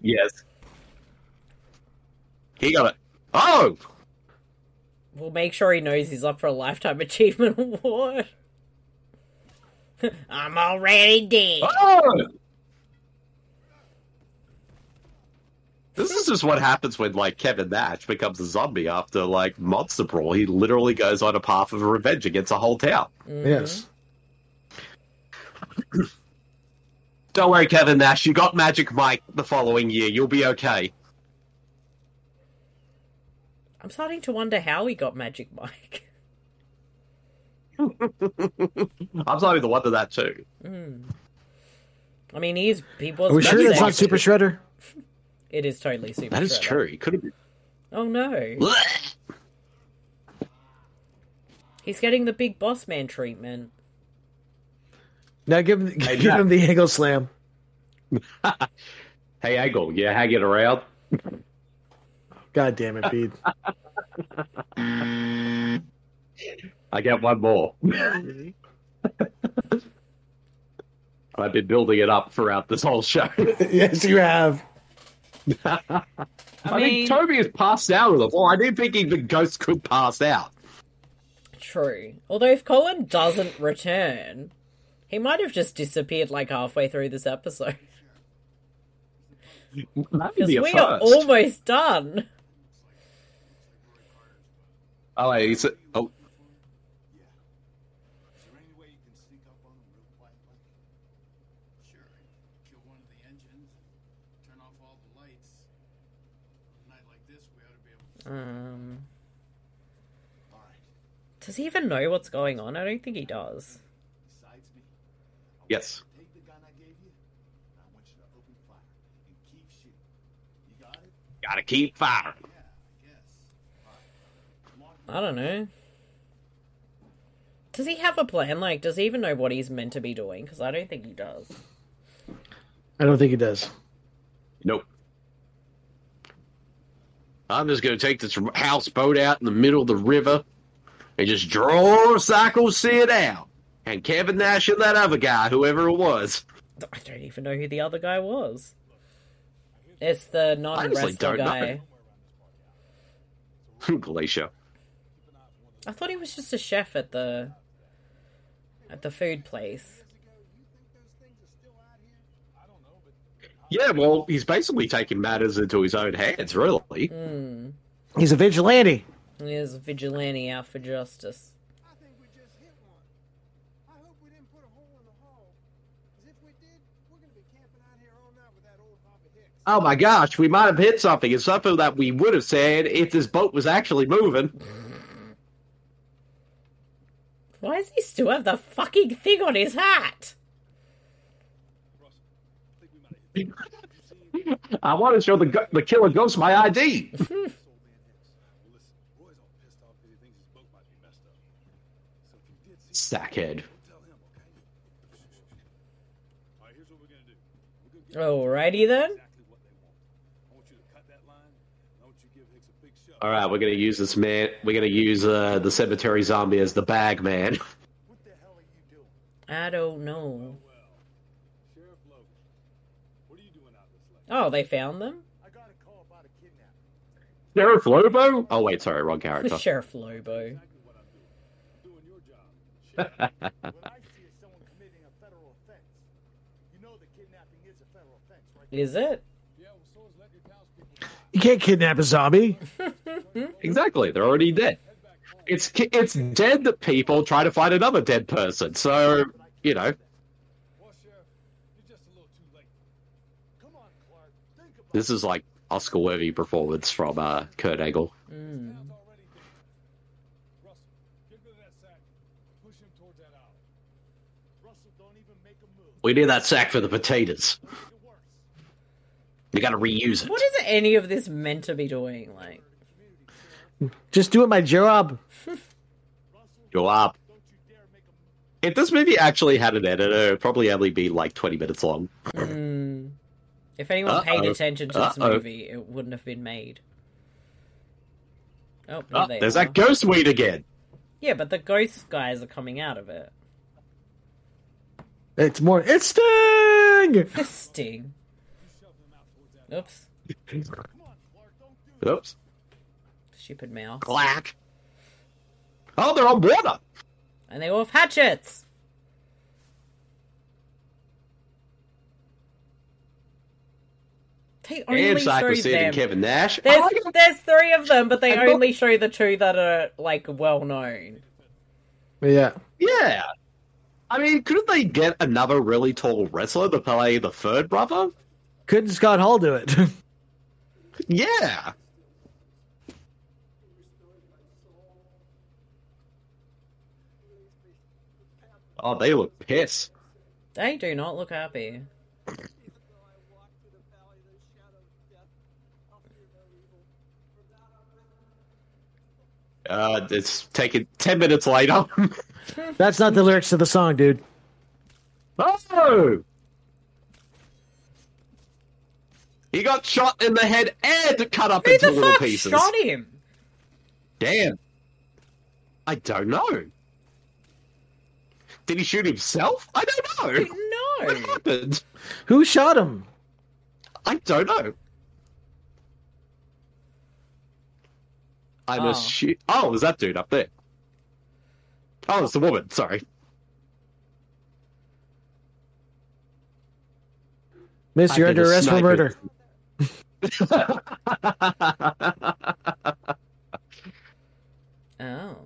Yes. He got it. Oh, We'll make sure he knows he's up for a Lifetime Achievement Award. I'm already dead. Oh! This is just what happens when like Kevin Nash becomes a zombie after like Monster Brawl. He literally goes on a path of revenge against a whole town. Yes. Don't worry, Kevin Nash. You got Magic Mike the following year. You'll be okay. I'm starting to wonder how he got Magic Mike. I'm sorry to wonder that too. Mm. I mean, he's he was. Are we sure Bethesda. that's not Super Shredder? It is totally super. That is Shredder. true. He could have been. Oh no, he's getting the big boss man treatment. Now give him, Hey, give Jack. him the angle slam. hey, Angle. Yeah, hang it around. God damn it, Bede. I get one more. I've been building it up throughout this whole show. yes, you have. I, mean- think Toby has passed out on the floor. I didn't think even Ghost could pass out. True. Although if Colin doesn't return, he might have just disappeared like halfway through this episode That would because be we a are first. almost done. Oh, wait, he's- oh. Um, does he even know what's going on? I don't think he does. Yes. Gotta keep firing. I don't know. Does he have a plan? Like, does he even know what he's meant to be doing? Because I don't think he does. I don't think he does. Nope. I'm just going to take this houseboat out in the middle of the river and just draw a cycle, see it out. And Kevin Nash and that other guy, whoever it was. I don't even know who the other guy was. It's the non honestly wrestler don't know. guy. Glacier. I thought he was just a chef at the at the food place. Yeah, well, he's basically taking matters into his own hands, really. Hmm. He's a vigilante. He is a vigilante out for justice. Oh my gosh, we might have hit something. It's something that we would have said if this boat was actually moving. Why does he still have the fucking thing on his hat? I want to show the, gu- the killer ghost my ID. Sackhead. Alrighty then. All right, we're going to use this man. We're going to use uh, the cemetery zombie as the bag man. I don't know. Oh, they found them? Sheriff Lobo? Oh, wait, sorry, wrong character. Sheriff Lobo. Is it? You can't kidnap a zombie. exactly, they're already dead. It's ki- it's dead people trying to find another dead person. So you know. This is like Oscar worthy performance from uh, Kurt Angle. Mm. We need that sack for the potatoes. You got to reuse it. What is any of this meant to be doing? Like, Just doing my job. Go up. If this movie actually had an editor, it'd probably only be like twenty minutes long. mm. if anyone paid Uh-oh. attention to this Uh-oh. movie, it wouldn't have been made. Oh, there Oh, they there's are. that ghost weed again. Yeah, but the ghost guys are coming out of it. It's more. It's Sting. Sting. Oops. Oops. Stupid mouth. Clack. Oh, they're on water. And they all have hatchets. They only Damn show Cypress Sid them. and Kevin Nash. There's, there's three of them, but they I know- only show the two that are like well known. Yeah. Oh, Yeah. I mean, couldn't they get another really tall wrestler to play the third brother? Couldn't Scott Hall do it? Yeah. Oh, they look piss. They do not look happy. Uh, it's taken ten minutes later. That's not the lyrics to the song, dude. oh, he got shot in the head and cut up Who into the little fuck pieces. shot him? Damn. I don't know. Did he shoot himself? I don't know. What No. happened? Who shot him? I don't know. I'm Oh. oh. assu- Oh, it was that dude up there? Oh, it's the woman. Sorry. Miss, I you're did under a arrest for sniper. murder. Oh.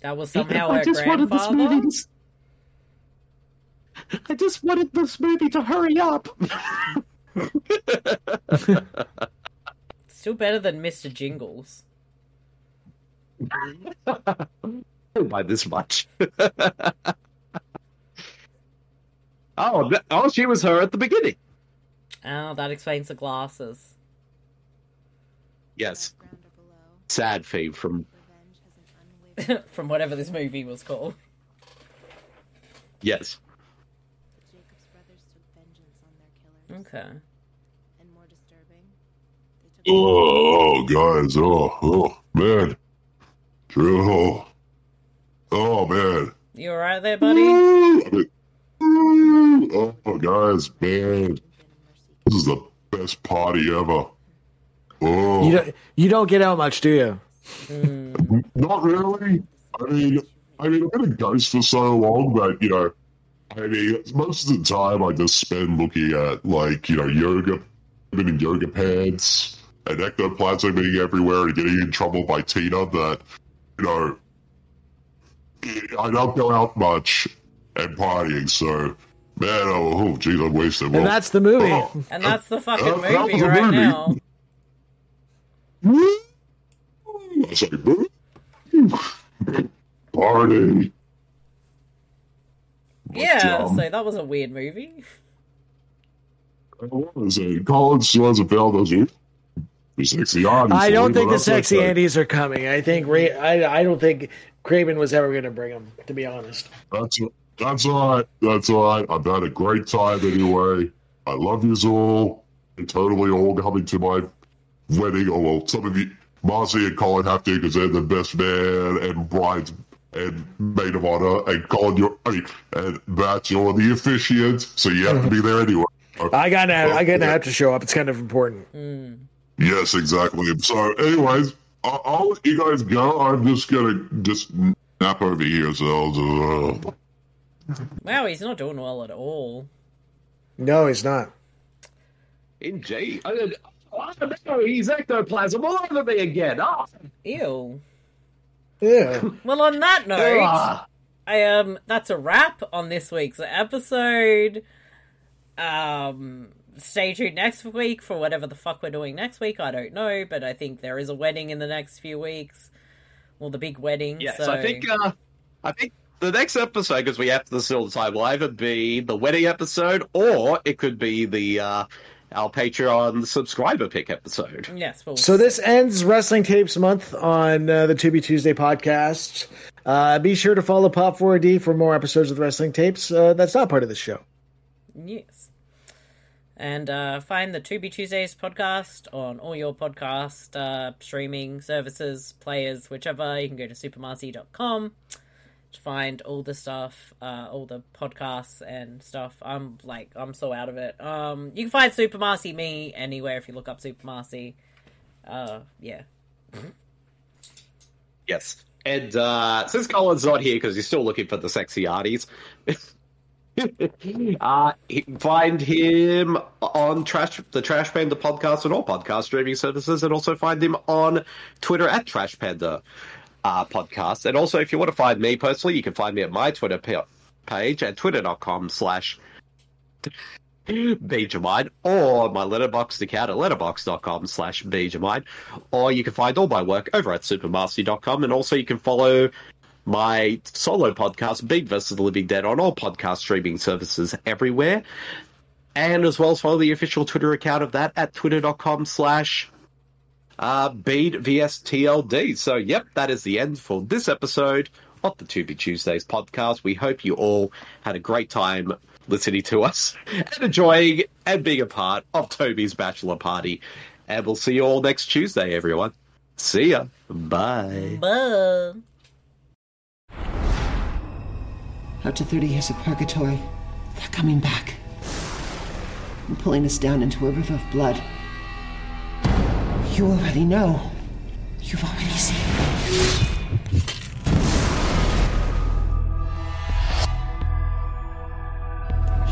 That was somehow I her just wanted this grandfather? movie to- I just wanted this movie to hurry up. Still better than Mr. Jingles. by this much. oh, th- oh, she was her at the beginning. Oh, that explains the glasses. Yes. Sad theme from From whatever this movie was called. yes. Okay. Oh, oh, guys, oh, oh, man. Drew, oh, oh man. You alright there, buddy? Ooh, ooh, oh, guys, man. This is the best party ever. Oh, You don't. You don't get out much, do you? not really. I mean, I mean, I've been a ghost for so long that you know, I mean, most of the time I just spend looking at like you know yoga, been in yoga pants and ectoplasm being everywhere and getting in trouble by Tina. That you know, I don't go out much and partying, so. Man, oh, oh, geez, I'm wasted. And that's the movie. And that's the fucking Oh, That- that was movie a right movie. now. I say, "Boo, party. Yeah, dumb. so that was a weird movie. I was in college, she wasn't failed, was you? The sexy oddities. I don't so think the that's sexy okay. Andes are coming. I think Ray, I, I don't think Craven was ever going to bring them. To be honest, That's that's all right. That's all right. I've had a great time anyway. I love yous all. And totally all coming to my wedding. Oh well, some of you, Marcy and Colin have to because they're the best man and brides and maid of honor. And Colin, you're I mean, and that's you're the officiant, so you have to be there anyway. I gotta I gotta have to show up. It's kind of important. Yes, exactly. So, anyways, I'll, I'll let you guys go. I'm just gonna just nap over here. So, uh, Wow, he's not doing well at all. No, he's not. In G. Ah. I, I don't know. He's ectoplasm all over me again. Oh, Ew. Yeah. Well, on that note, Yeah. I um, that's a wrap on this week's episode. Um, stay tuned next week for whatever the fuck we're doing next week. I don't know, but I think there is a wedding in the next few weeks. Well, the big wedding. Yes, so... I think uh, I think the next episode, because we have this all the time, will either be the wedding episode or it could be the uh, our Patreon subscriber pick episode. Yes. Well, So this ends Wrestling Tapes Month on uh, the To Be Tuesday podcast. Uh, be sure to follow Pop 4D for more episodes of the Wrestling Tapes. Uh, that's not part of the show. Yes. And uh, find the To Be Tuesdays podcast on all your podcast uh, streaming services, players, whichever. You can go to supermarcy.com to find all the stuff, uh, all the podcasts and stuff. I'm like, I'm so out of it. Um, you can find Super Marcy me anywhere if you look up Super Marcy. Uh, yeah. Yes. And uh, since Colin's not here because he's still looking for the sexy arties, uh, he- find him on Trash the Trash Panda podcast and all podcast streaming services, and also find him on Twitter at Trash Panda uh, podcast. And also, if you want to find me personally, you can find me at my Twitter pa- page at twitter.com slash Begemine or my letterbox account at letterbox.com slash Begemine. Or you can find all my work over at supermastery.com and also you can follow my solo podcast, Beat vs. the Living Dead, on all podcast streaming services everywhere. And as well as follow the official Twitter account of that at twitter.com slash uh, Bead VSTLD. So, yep, that is the end for this episode of the To Be Tuesdays podcast. We hope you all had a great time listening to us and enjoying and being a part of Toby's bachelor party. And we'll see you all next Tuesday, everyone. See ya. Bye. Buh. After 30 years of purgatory, they're coming back and pulling us down into a river of blood. You already know. You've already seen.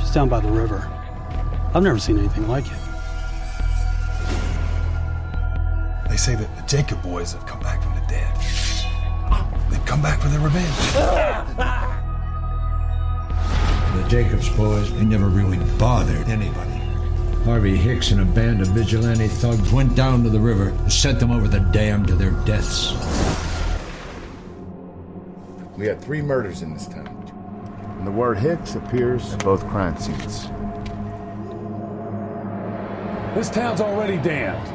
She's down by the river. I've never seen anything like it. They say that the Jacob boys have come back from the dead. They've come back for their revenge. The Jacobs boys, they never really bothered anybody. Harvey Hicks and a band of vigilante thugs went down to the river and sent them over the dam to their deaths. We had three murders in this town. And the word Hicks appears in both crime scenes. This town's already damned.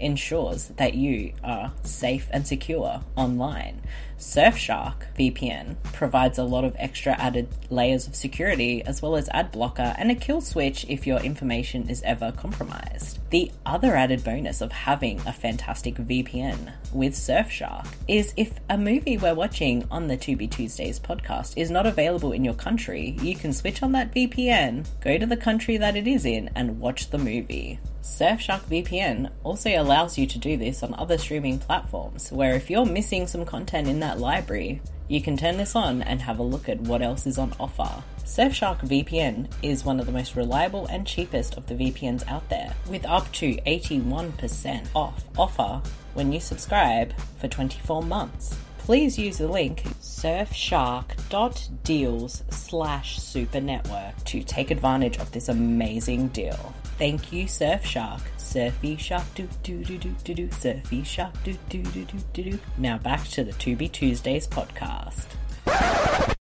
ensures that you are safe and secure online. Surfshark VPN provides a lot of extra added layers of security, as well as ad blocker and a kill switch if your information is ever compromised. The other added bonus of having a fantastic VPN with Surfshark is if a movie we're watching on the To Be Tuesdays podcast is not available in your country, you can switch on that VPN, go to the country that it is in, and watch the movie. Surfshark VPN also allows you to do this on other streaming platforms, where if you're missing some content in that library, you can turn this on and have a look at what else is on offer. Surfshark VPN is one of the most reliable and cheapest of the VPNs out there, with up to 81% off offer when you subscribe for 24 months please use the link surfshark.deals slash supernetwork to take advantage of this amazing deal. Thank you, Surfshark. Surfy shark do do do do do do. Surfy shark do do do do do do. Now back to the To Be Tuesdays podcast.